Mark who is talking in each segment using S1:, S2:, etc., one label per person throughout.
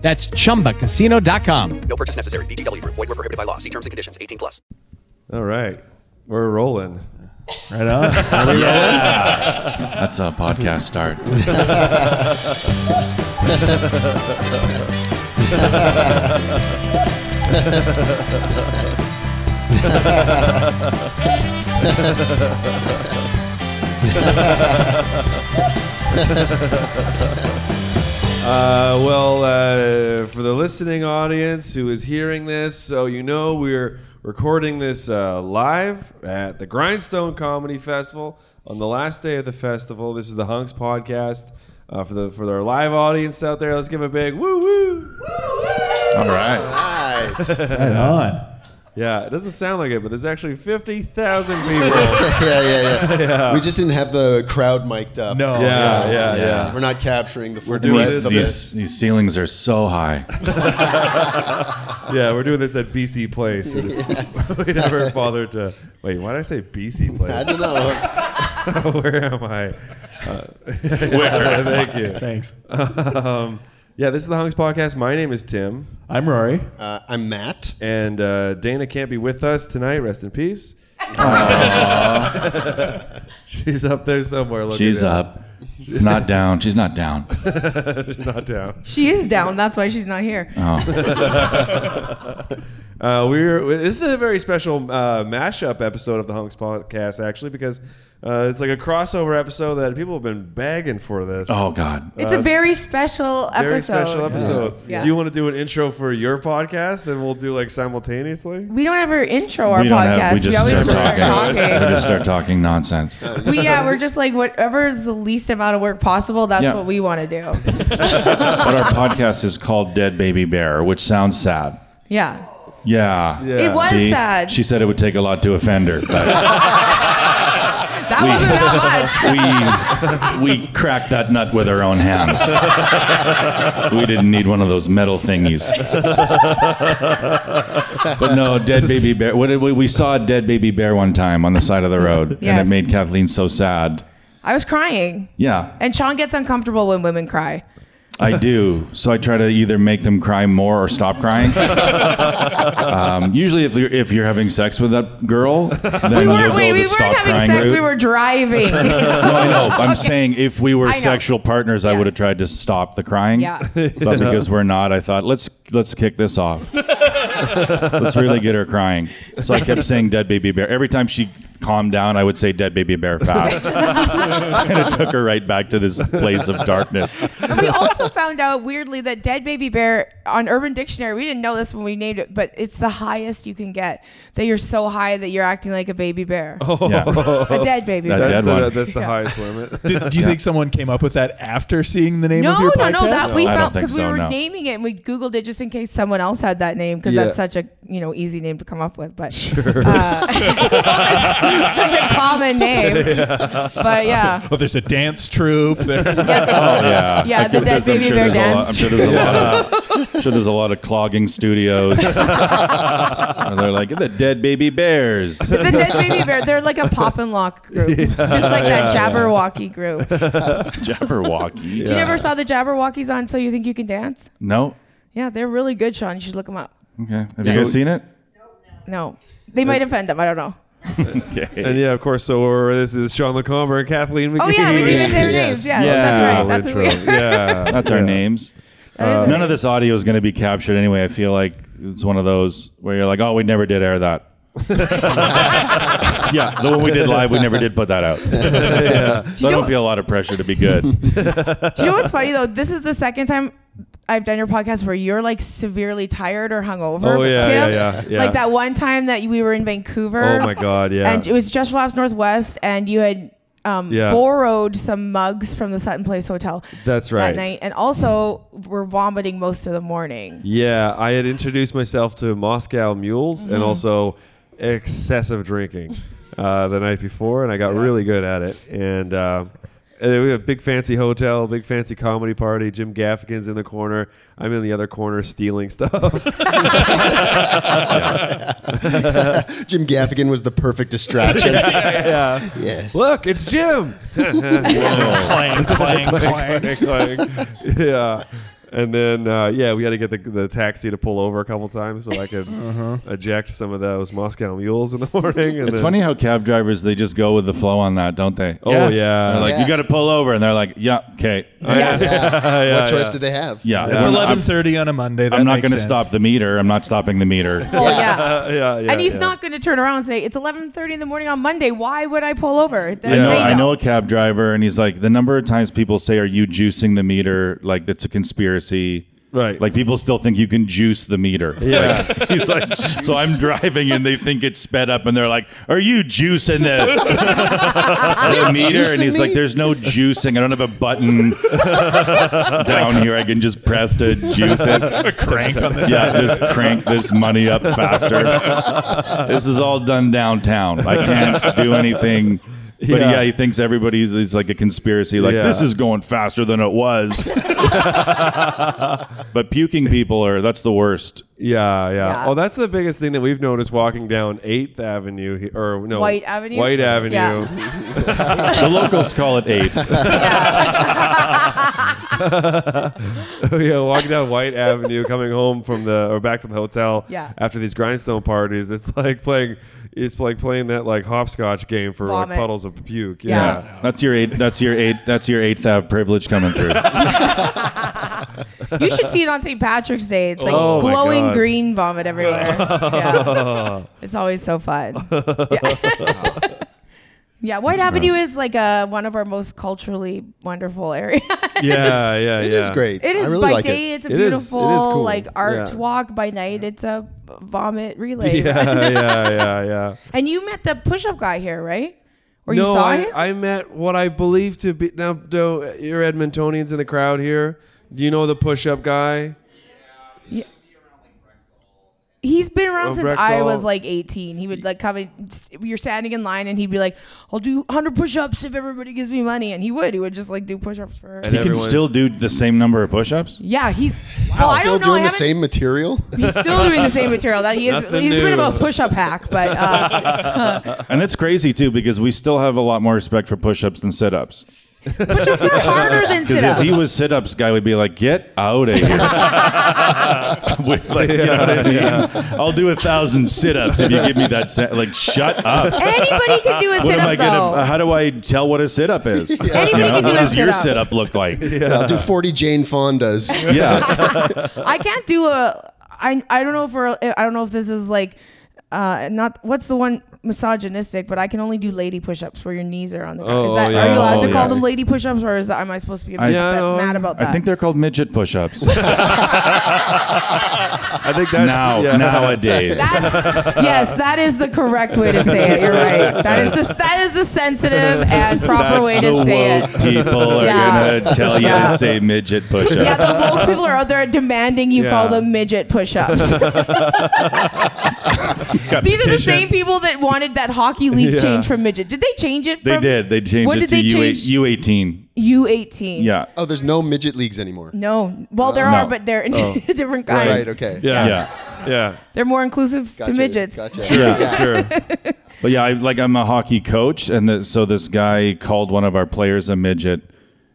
S1: That's chumbacasino.com.
S2: No purchase necessary. VGW Group. Void were prohibited by law. See terms and conditions. 18 plus.
S3: All right, we're rolling.
S4: Right on. Are we rolling?
S5: That's a podcast start.
S3: Uh, well, uh, for the listening audience who is hearing this, so you know we're recording this uh, live at the Grindstone Comedy Festival on the last day of the festival. This is the Hunks podcast uh, for the for our live audience out there. Let's give a big woo woo.
S5: All right.
S4: Right on.
S3: Yeah, it doesn't sound like it, but there's actually fifty thousand people.
S6: yeah, yeah, yeah, We just didn't have the crowd mic'd up.
S4: No.
S3: yeah, yeah, yeah.
S6: We're not capturing the full
S3: We're doing
S6: breadth
S3: this-
S5: These,
S6: of it.
S5: these, these ceilings are so high.
S3: Yeah, we're doing this at BC Place. we never bothered to. Wait, why did I say BC
S6: I
S3: Place?
S6: don't know.
S3: Where am I? Uh, Where? Thank you.
S4: Thanks.
S3: Um, yeah, this is the Hunks Podcast. My name is Tim,
S4: I'm Rory.
S6: Uh, I'm Matt.
S3: and uh, Dana can't be with us tonight. Rest in peace. She's up there somewhere. Looking
S5: She's
S3: down.
S5: up, not down. She's not down.
S3: She's not down.
S7: She is down. That's why she's not here.
S5: Oh,
S3: Uh, we're this is a very special uh, mashup episode of the Hunks Podcast, actually, because uh, it's like a crossover episode that people have been begging for this.
S5: oh God.
S7: It's a very special episode.
S3: Very special episode.
S7: Yeah.
S3: Do you want to do an intro for your podcast and we'll do like simultaneously?
S7: We don't ever intro our
S5: we don't
S7: podcast.
S5: have. We
S7: we
S5: just
S7: always
S5: start
S7: just start
S5: talking. we
S7: talking.
S5: just start talking nonsense.
S7: we, yeah, we're just like whatever is the least amount of work possible. That's
S5: Yeah.
S7: what we want to do.
S5: But our podcast is called Dead Baby Bear, which sounds sad.
S7: Yeah.
S5: Yeah.
S3: Yeah.
S7: It was
S5: See?
S7: sad.
S5: She said it would take a lot to offend her, but
S7: that wasn't that much.
S5: we we cracked that nut with our own hands. we didn't need one of those metal thingies. but no, dead baby bear. What did we, we saw a dead baby bear one time on the side of the road, and
S7: Yes.
S5: it made Kathleen so sad.
S7: I was crying.
S5: Yeah,
S7: And Sean gets uncomfortable when women cry.
S5: I do. So I try to either make them cry more or stop crying. um, usually, if you're, if you're having sex with that girl, then
S7: We
S5: you'll
S7: weren't,
S5: go
S7: wait,
S5: the
S7: we
S5: stop
S7: weren't having
S5: crying
S7: sex.
S5: route.
S7: We were driving.
S5: No, I know. I'm saying if we were
S7: I know.
S5: sexual partners, I
S7: Yes.
S5: would have tried to stop the crying.
S7: Yeah.
S5: But because we're not, I thought let's let's kick this off. let's really get her crying. So I kept saying "dead baby bear." Every time she calmed down, I would say "dead baby bear" fast, and it took her right back to this place of darkness.
S7: And we also found out weirdly that dead baby bear on Urban Dictionary, we didn't know this when we named it, but it's the highest you can get. That you're so high that you're acting like a baby bear.
S5: Yeah.
S7: A dead baby
S5: Oh. That
S7: bear.
S3: That's
S5: dead
S3: the,
S5: one.
S3: that's the
S7: Yeah.
S3: highest limit.
S4: Did, do you think someone came up with that after seeing the name of
S7: No,
S4: your
S7: no,
S4: podcast?
S7: no. That we
S5: I don't
S7: found
S5: think
S7: because we
S5: so,
S7: were
S5: no.
S7: naming it and we Googled it just in case someone else had that name because
S3: Yeah.
S7: that's such a you know easy name to come up with, but uh, such a common name. But yeah,
S4: Oh, there's a dance troupe. There.
S5: Oh yeah.
S7: Yeah,
S5: I
S7: the
S5: think
S7: dead
S5: there's- I'm
S7: baby
S5: sure
S7: bear
S5: there's a lot-
S7: dance.
S5: I'm sure there's a lot of I'm sure there's a lot of clogging studios. And they're like the dead baby bears.
S7: the dead baby bear. They're like a pop and lock group, just like that Jabberwocky group.
S5: Jabberwocky.
S7: You never saw the Jabberwockies on So You Think You Can Dance?
S5: No.
S7: Yeah, they're really good, Sean. You should look them up.
S5: Okay. Have you guys seen it?
S7: No, they might offend them. I don't know.
S5: Okay.
S3: and yeah, of course. So we're, this is Sean LeComber and Kathleen McGee.
S7: Oh yeah, we
S6: Yeah,
S7: named their
S6: yes.
S7: names. Yeah,
S5: Yeah.
S7: that's right.
S3: Little
S7: That's what we.
S3: intro. yeah.
S5: That's our names.
S7: That
S3: Um,
S7: is
S5: Uh, None
S7: right.
S5: of this audio is going to be captured anyway. I feel like it's one of those where you're like, oh, we never did air that. yeah, the one we did live, we never did put that out. So I don't feel a lot of pressure to be good.
S7: Do you know what's funny though? This is the second time I've done your podcast where you're like severely tired or hungover.
S3: Oh, yeah,
S7: Tim.
S3: yeah, yeah, yeah.
S7: Like that one time that we were in Vancouver.
S3: Oh my God. Yeah.
S7: And it was just for last Northwest, and you had um,
S3: Yeah.
S7: borrowed some mugs from the Sutton Place Hotel
S3: That's
S7: that
S3: right.
S7: night, and also were vomiting most of the morning.
S3: Yeah, I had introduced myself to Moscow mules
S7: Mm-hmm.
S3: and also excessive drinking uh, the night before, and I got really good at it. And, uh, and then we have a big fancy hotel, big fancy comedy party. Jim Gaffigan's in the corner. I'm in the other corner stealing stuff.
S6: Jim Gaffigan was the perfect distraction. Yes.
S3: Look, it's Jim.
S4: clang, clang, clang.
S3: yeah. And then, uh, yeah, we had to get the, the taxi to pull over a couple times so I could eject some of those Moscow mules in the morning. And
S5: It's
S3: then-
S5: funny how cab drivers they just go with the flow on that, don't they?
S3: Oh,
S4: Yeah.
S3: yeah.
S5: They're like,
S6: Yeah.
S5: you got to pull over, and they're like, yeah, okay,
S6: Yeah.
S3: Uh, yeah,
S6: what choice
S3: yeah.
S6: did they have?
S5: yeah.
S4: It's
S5: I'm not-
S4: eleven thirty on a Monday. That
S5: I'm not
S4: makes
S5: going to
S4: sense.
S5: stop the meter. I'm not stopping the meter.
S7: Well, Oh, yeah.
S3: Uh, yeah, yeah,
S7: and he's
S3: yeah.
S7: not going to turn around and say it's 11:30 in the morning on Monday. Why would I pull over? That-
S5: I know,
S7: they
S5: I know a cab driver, and he's like, the number of times people say, "Are you juicing the meter?" Like that's a conspiracy.
S3: Right.
S5: Like people still think you can juice the meter.
S3: Yeah.
S5: Like, he's like, so I'm driving, and they think it's sped up, and they're like, "Are you juicing the, the meter?"
S6: juicing
S5: And he's like,
S6: me?
S5: "There's no juicing. I don't have a button down here. I can just press to juice it."
S4: Crank on this.
S5: Yeah, just crank this money up faster. this is all done downtown. I can't do anything. But
S3: Yeah.
S5: yeah, he thinks everybody's is like a conspiracy. Like
S3: Yeah.
S5: this is going faster than it was. but puking people are that's the worst.
S3: Yeah, yeah,
S7: Yeah.
S3: Oh, that's the biggest thing that we've noticed walking down Eighth Avenue he- or no
S7: White Avenue?
S3: White Avenue.
S7: Yeah.
S5: The locals call it eighth.
S3: yeah, walking down White Avenue, coming home from the or back to the hotel.
S7: Yeah.
S3: After these grindstone parties, it's like playing. It's like playing that like hopscotch game for like
S7: Vomit.
S3: puddles of puke.
S7: Yeah.
S3: Yeah.
S5: That's your eight. That's your eight. That's your eighth Ave privilege coming through.
S7: You should see it on St. Patrick's Day. It's like
S3: Oh my
S7: glowing
S3: God.
S7: green vomit everywhere. Yeah. It's always so fun. Yeah. Yeah, White Avenue
S5: gross.
S7: is like a, one of our most culturally wonderful areas.
S3: Yeah, yeah, yeah.
S6: It is great.
S7: It
S6: I
S7: is
S6: really
S7: by
S6: like
S7: day,
S6: it.
S7: it's a
S3: It is- it is
S7: beautiful
S3: cool.
S7: like art
S3: Yeah.
S7: walk. By night, it's a vomit relay.
S3: Yeah, yeah, yeah, yeah.
S7: And you met the push-up guy here, right? Or
S3: no,
S7: you saw
S3: I,
S7: him?
S3: I met what I believe to be now. Do you're Edmontonians in the crowd here? Do you know the push-up guy?
S7: He's been around
S3: Oh,
S7: since I
S3: Rexall.
S7: was like 18. He would like come and we were standing in line and he'd be like, I'll do 100 push ups if everybody gives me money. And he would. He would just like do push ups for
S3: And
S5: You can still do the same number of push-ups.
S7: Yeah, he's well, I
S6: Still
S7: don't know. I
S6: doing the
S7: haven't-
S6: same material?
S7: He's still doing the same material. That he is.
S3: Nothing
S7: He's
S3: new.
S7: been about push up hack, but uh,
S5: And it's crazy too because we still have a lot more respect for push-ups than sit-ups.
S7: push ups are harder than sit
S5: Because if
S7: ups.
S5: he was sit ups guy, would be like, get out of here. With, like, you know what I mean? I'll do a thousand sit ups if you give me that. Set. Like, shut up.
S7: Anybody can do a
S5: What
S7: sit
S5: am I
S7: up
S5: gonna?
S7: though.
S5: How do I tell what a sit up is?
S7: Anybody can do
S5: what
S7: a
S5: does your
S7: sit-up.
S5: sit up look like? Yeah.
S6: I'll do 40 Jane Fondas.
S7: I can't do a. I I don't know if we're, I don't know if this is like. Uh, not what's the one misogynistic, but I can only do lady push-ups where your knees are on the ground.
S3: Oh,
S7: is that,
S3: yeah.
S7: Are you allowed
S5: Oh,
S7: to
S5: yeah.
S7: call them lady push-ups, or is that am I supposed to be upset,
S3: Yeah, no,
S7: mad about that?
S5: I think they're called midget push ups
S3: I think that's
S5: now,
S3: yeah.
S5: nowadays.
S7: That's, yes, that is the correct way to say it. You're right. That is the that is the sensitive and proper
S5: That's the
S7: way to say
S5: woke
S7: it.
S5: people are
S7: Yeah.
S5: gonna tell you
S7: Yeah.
S5: to say midget push up.
S7: Yeah, the woke people are out there demanding you
S3: Yeah.
S7: call them midget push-ups. These are the same people that wanted that hockey league
S3: Yeah.
S7: change from midget. Did they change it?
S5: They
S7: from-
S5: did. They changed
S7: What
S5: it
S7: did
S5: to
S7: they
S5: U eight- U18.
S7: change? U18.
S5: Yeah.
S6: Oh, there's no midget leagues anymore.
S7: No. Well, there
S5: No. Oh.
S7: are, but they're different kind.
S6: Right, okay.
S3: Yeah.
S5: Yeah.
S3: Yeah.
S7: They're more inclusive
S6: Gotcha.
S7: to midgets.
S6: Gotcha.
S5: Yeah, sure. But yeah, I, like I'm a hockey coach, and the, so this guy called one of our players a midget,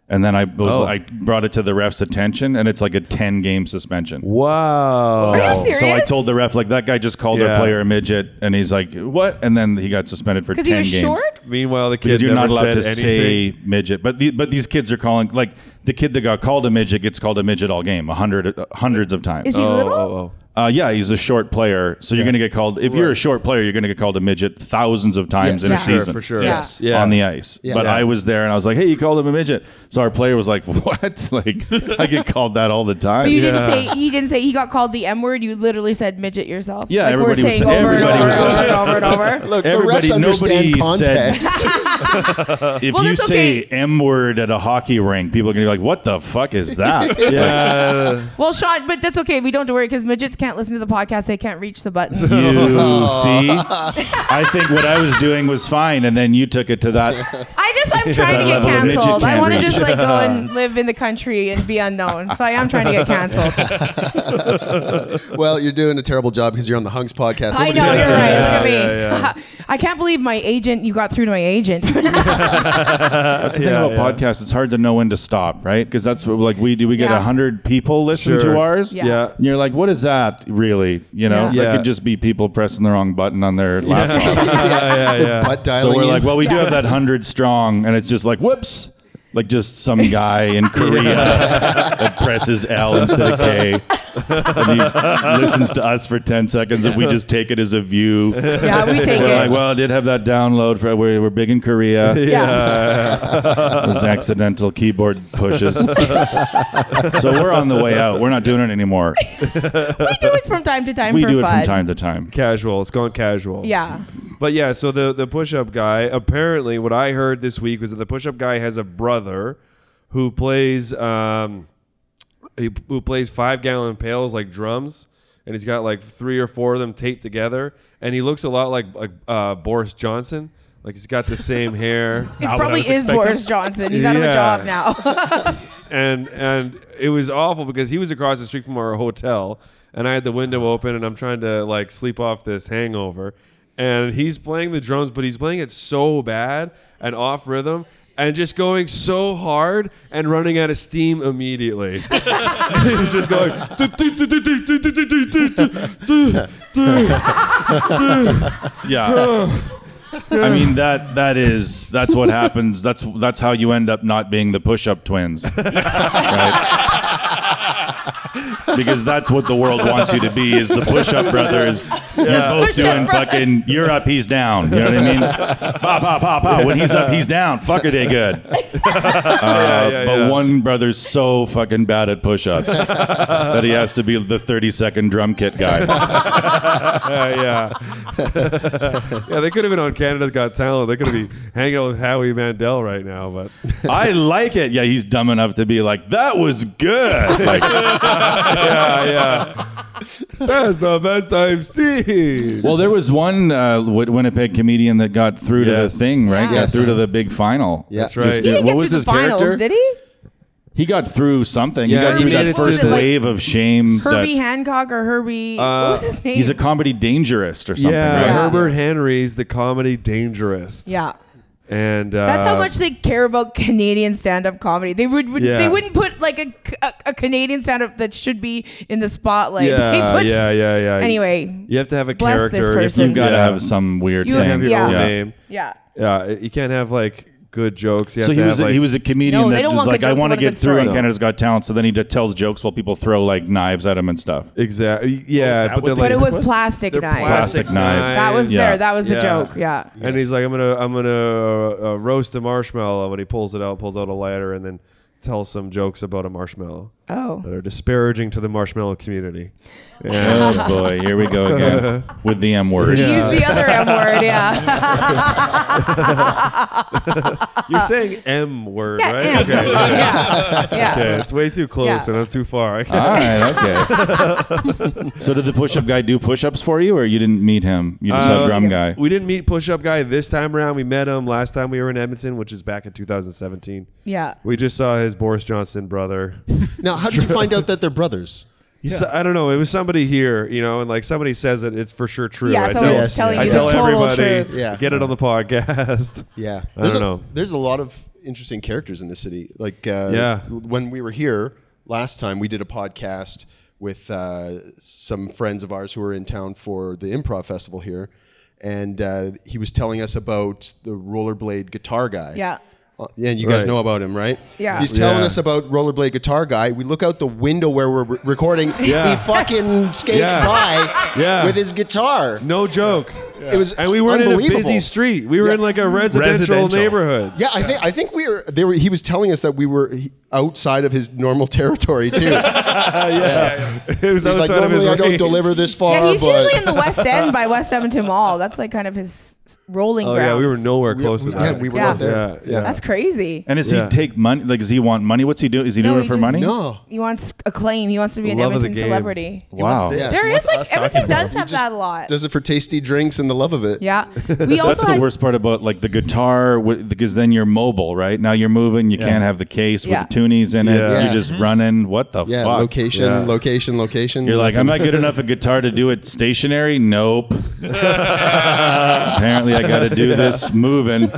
S5: and then I was,
S3: Oh.
S5: I brought it to the ref's attention, and it's like a ten game suspension.
S3: Wow.
S7: Are you
S5: So- So I
S7: serious?
S5: told the ref like that guy just called
S3: Yeah.
S5: our player a midget, and he's like, "What?" And then he got suspended for ten
S7: Because he was
S5: games.
S7: short?
S3: Meanwhile, the kid
S5: Because you're
S3: never
S5: not allowed to
S3: said anything.
S5: say midget, but the, but these kids are calling like the kid that got called a midget gets called a midget all game, a hundred hundreds of times.
S7: Is he
S3: Oh,
S7: little?
S3: oh,
S5: Uh, yeah, he's a short player, so you're going to get called. If you're a short player, you're going to get called a midget thousands of times
S6: Yes.
S5: in
S3: oh.
S5: a
S7: Yeah. For sure,
S5: season
S3: For sure.
S7: Yeah.
S3: Yeah.
S5: on the ice.
S6: Yeah.
S5: But
S6: Yeah.
S5: I was there and I was like, "Hey, you called him a midget." So our player was like, "What?" like I get called that all the time.
S7: But you
S5: yeah,
S7: didn't say he didn't say he got called the M word. You literally said midget yourself.
S5: Yeah,
S7: like we're
S5: everybody was
S7: saying
S5: saying-
S7: over and over,
S5: everybody
S7: and
S5: was-
S7: over and over and over.
S6: Look,
S5: Everybody-
S6: the refs understand
S5: nobody said-
S6: context.
S5: If
S7: Well,
S5: you
S7: that's
S5: say
S7: okay.
S5: M word at a hockey rink, people are gonna be like, "What the fuck is that?" yeah,
S7: Well, Sean, but that's okay. We don't have to worry because midgets can't listen to the podcast. They can't reach the button.
S5: you see, I think what I was doing was fine, and then you took it to that.
S7: I just I'm trying to get
S5: level of midget
S7: canceled. I
S5: can't
S7: want to
S5: reach.
S7: just like go and live in the country and be unknown. So I am trying to get canceled.
S6: Well, you're doing a terrible job because you're on the Hunks podcast.
S7: I
S6: Nobody's
S7: know
S6: gonna
S7: you're
S6: hear
S7: right.
S6: this.
S7: Look at me.
S3: Yeah,
S7: I can't believe my agent. You got through to my agent.
S5: That's the thing
S3: Yeah,
S5: about
S3: yeah.
S5: podcasts; it's hard to know when to stop, right? Because that's what, like we do. We get a
S7: Yeah.
S5: hundred people listen
S3: Sure.
S5: to ours.
S7: Yeah.
S3: Yeah.
S5: And you're like, what is that really? You know,
S7: Yeah.
S5: that
S3: Yeah.
S5: could just be people pressing the wrong button on their
S3: yeah,
S5: laptop.
S3: yeah, yeah.
S6: Butt dialing.
S5: So we're
S6: in.
S5: like, well, we do have that hundred strong, and it's just like, whoops, like just some guy in Korea that presses L instead of K, and he listens to us for ten seconds, and we just take it as a view. We're
S7: yeah, we take it.
S5: like, well, I did have that download for we're, we're big in Korea. It
S7: yeah.
S5: was accidental keyboard pushes. so we're on the way out. We're not doing it anymore.
S7: we do it from time to time
S5: We
S7: for
S5: do it
S7: fun.
S5: from time to time.
S3: Casual. It's gone casual.
S7: Yeah.
S3: But yeah, so the the push up guy. Apparently, what I heard this week was that the push up guy has a brother who plays um, he, who plays five gallon pails like drums, and he's got like three or four of them taped together, and he looks a lot like like uh, Boris Johnson. Like he's got the same hair,
S7: It
S4: what I
S7: probably
S4: was
S7: is
S4: expecting.
S7: Boris Johnson. He's out of
S3: Yeah.
S7: a job now.
S3: and and it was awful because he was across the street from our hotel, and I had the window open, and I'm trying to like sleep off this hangover, and he's playing the drums, but he's playing it so bad and off rhythm. And just going so hard and running out of steam immediately. he was just going. "Du- du- du- du- du- du- du- du- du- du- du- du- du."
S5: Yeah. I mean that that is that's what happens. That's that's how you end up not being the push-up twins. Right? Because that's what the world wants you to be is the push-up brothers. You're both
S7: Push-up
S5: doing
S7: brothers.
S5: fucking you're up, he's down. You know what I mean? Pop, pop, pop, pop. When he's up, he's down. Fuck are they good. Uh,
S3: yeah,
S5: but
S3: yeah.
S5: one brother's so fucking bad at push-ups that he has to be the 30-second drum kit guy.
S3: Uh, yeah, yeah. yeah, they could have been on Canada's Got Talent. They could have been hanging out with Howie Mandel right now, but
S5: I like it. Yeah, he's dumb enough to be like, that was good. Like,
S3: yeah, yeah. That's the best I've seen.
S5: Well, there was one uh, Win- Winnipeg comedian that got through to the
S3: Yes.
S5: thing, right? Got
S6: Yes.
S5: through to the big final.
S6: Yeah. That's
S3: right.
S5: Just
S3: He
S5: did-
S3: didn't
S7: he
S5: what
S7: didn't get
S5: was
S7: to the
S5: his
S7: finals,
S5: character?
S7: did he?
S5: He got through something.
S3: Yeah,
S5: he got
S3: he
S5: through
S3: made
S5: that
S3: it
S5: first
S3: to the-
S5: wave of shame.
S7: Herbie
S5: That Uh,
S7: Hancock or Herbie? what was his name?
S5: he's a comedy dangerist or something.
S3: yeah,
S5: right?
S7: Yeah.
S3: Herbert Henry's the comedy dangerous.
S7: yeah.
S3: and uh,
S7: That's how much they care about Canadian stand-up comedy. They would, would
S3: Yeah.
S7: they wouldn't put like a, a, a Canadian stand-up that should be in the spotlight. They
S3: Yeah,
S7: put-
S3: yeah, yeah, yeah.
S7: Anyway,
S3: You have to have a
S7: Bless this
S3: character.
S7: person.
S5: You've got to
S3: Yeah.
S5: have some weird
S7: You
S5: thing.
S3: have your
S7: Yeah.
S3: own
S7: Yeah.
S3: name.
S7: yeah.
S3: Yeah, you can't have like good jokes. You have
S5: So
S3: to
S5: he
S3: have,
S5: was a,
S3: like,
S5: he was a comedian
S7: No, they
S5: that
S7: don't
S5: was
S7: want good
S5: like, I
S7: jokes, they
S5: want to
S7: want a
S5: get
S7: good
S5: through on
S7: story.
S5: Canada's Got Talent. So then he d- tells jokes while people throw like knives at him and stuff.
S3: exactly yeah,
S4: that
S3: but
S4: what
S3: they're
S4: they-
S3: like
S7: But it was plastic
S3: they're
S7: knives.
S5: Plastic knives.
S7: That was
S5: Yeah.
S7: there. That was the
S3: Yeah.
S7: joke. Yeah.
S3: And he's like, I'm gonna, I'm gonna uh, uh, roast a marshmallow, and he pulls it out, pulls out a lighter, and then tells some jokes about a marshmallow
S7: Oh.
S3: that are disparaging to the marshmallow community.
S5: Oh boy, here we go again with the M word.
S7: Use the other M word. Yeah.
S3: You're saying M word,
S7: Yeah,
S3: right?
S7: M.
S3: Okay.
S7: yeah. Yeah.
S3: Okay, it's way too close,
S7: Yeah.
S3: and I'm too far. I
S5: All right, okay. so did the push-up guy do push-ups for you, or you didn't meet him? You just
S3: Uh,
S5: had drum guy.
S3: We didn't meet Push Up Guy this time around. We met him last time we were in Edmonton, which is back in 2017.
S7: Yeah.
S3: We just saw his Boris Johnson brother.
S6: now, how did you find out that they're brothers?
S3: So- I don't know. It was somebody here, you know, and like somebody says that it's for sure true.
S7: Yeah,
S3: I
S7: someone
S3: tell,
S6: was telling
S3: I
S6: you
S3: tell
S6: the
S7: total
S3: everybody,
S7: truth.
S6: Yeah.
S3: get it on the podcast.
S6: Yeah,
S3: I
S6: there's
S3: don't
S6: a,
S3: know.
S6: There's a lot of interesting characters in the city. Like, uh,
S3: Yeah.
S6: when we were here last time, we did a podcast with uh, some friends of ours who were in town for the improv festival here, and uh, he was telling us about the rollerblade guitar guy.
S7: Yeah.
S6: Uh, yeah, and you guys
S3: Right.
S6: know about him, right?
S7: Yeah.
S6: He's telling
S3: Yeah.
S6: us about rollerblade guitar guy. We look out the window where we're re- recording.
S3: Yeah.
S6: He fucking skates
S3: Yeah.
S6: by
S3: Yeah.
S6: with his guitar.
S3: No joke.
S6: It was
S3: And we weren't in a
S6: unbelievable.
S3: busy street. We were
S6: Yeah.
S3: in like a residential,
S4: Residential.
S3: neighborhood.
S6: Yeah, I think I think we were. They were. He was telling us that we were outside of his normal territory too.
S3: It was
S6: He's like,
S3: outside of his
S6: normally I don't
S3: range.
S6: deliver this far,
S7: Yeah, he's
S6: but
S7: usually in the West End by West Edmonton Mall. That's like kind of his s- rolling
S3: Oh
S7: grounds.
S3: yeah, we were nowhere close to
S6: yeah,
S3: that.
S6: we were
S7: Yeah.
S6: not there.
S3: Yeah, yeah.
S7: That's crazy.
S5: And does
S3: Yeah.
S5: he take money? Like, does he want money? What's he doing? Is he
S7: No,
S5: doing
S7: he
S5: it for
S7: just-
S5: money?
S6: No.
S7: He wants acclaim. He wants to be an
S3: Love of the
S7: Edmonton
S3: game.
S7: celebrity.
S5: Wow.
S6: Yeah.
S7: There is like everything does have
S6: Just
S7: that a lot.
S6: Does it for tasty drinks and the love of it.
S7: yeah. We also
S5: That's the
S7: had,
S5: worst part about like the guitar wi- because then you're mobile, right? Now you're moving. You can't have the case
S7: Yeah.
S5: with the tunies in it.
S3: Yeah.
S5: You're just running. What the
S6: Yeah,
S5: fuck?
S6: location,
S3: Yeah.
S6: location, location.
S5: You're like, I'm not good enough at guitar to do it stationary. Nope. Apparently, I got to do this moving.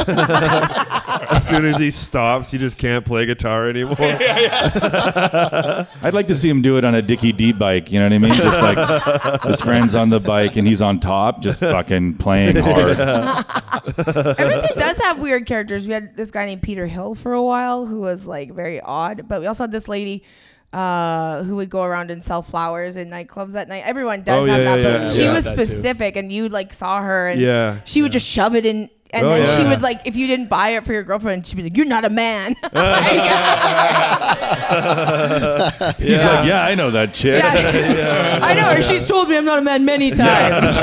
S3: As soon as he stops, he just can't play guitar anymore.
S5: I'd like to see him do it on a Dickie D bike. You know what I mean? Just like his friend's on the bike and he's on top, just fucking playing hard.
S7: Edmonton does have weird characters. We had this guy named Peter Hill for a while who was like very odd, but we also had this lady uh, who would go around and sell flowers in nightclubs that night. Everyone does
S3: Oh,
S7: have
S3: yeah,
S7: that,
S3: yeah,
S7: but
S3: yeah,
S7: she
S3: yeah.
S7: was
S4: That too.
S7: specific, and you like saw her, and
S3: Yeah.
S7: she would just shove it in. And
S3: Oh,
S7: then she
S3: yeah.
S7: would like, if you didn't buy it for your girlfriend, she'd be like, "You're not a man."
S5: He's like, yeah, I know that chick. Yeah,
S7: Yeah. I know her. She's told me I'm not a man many times.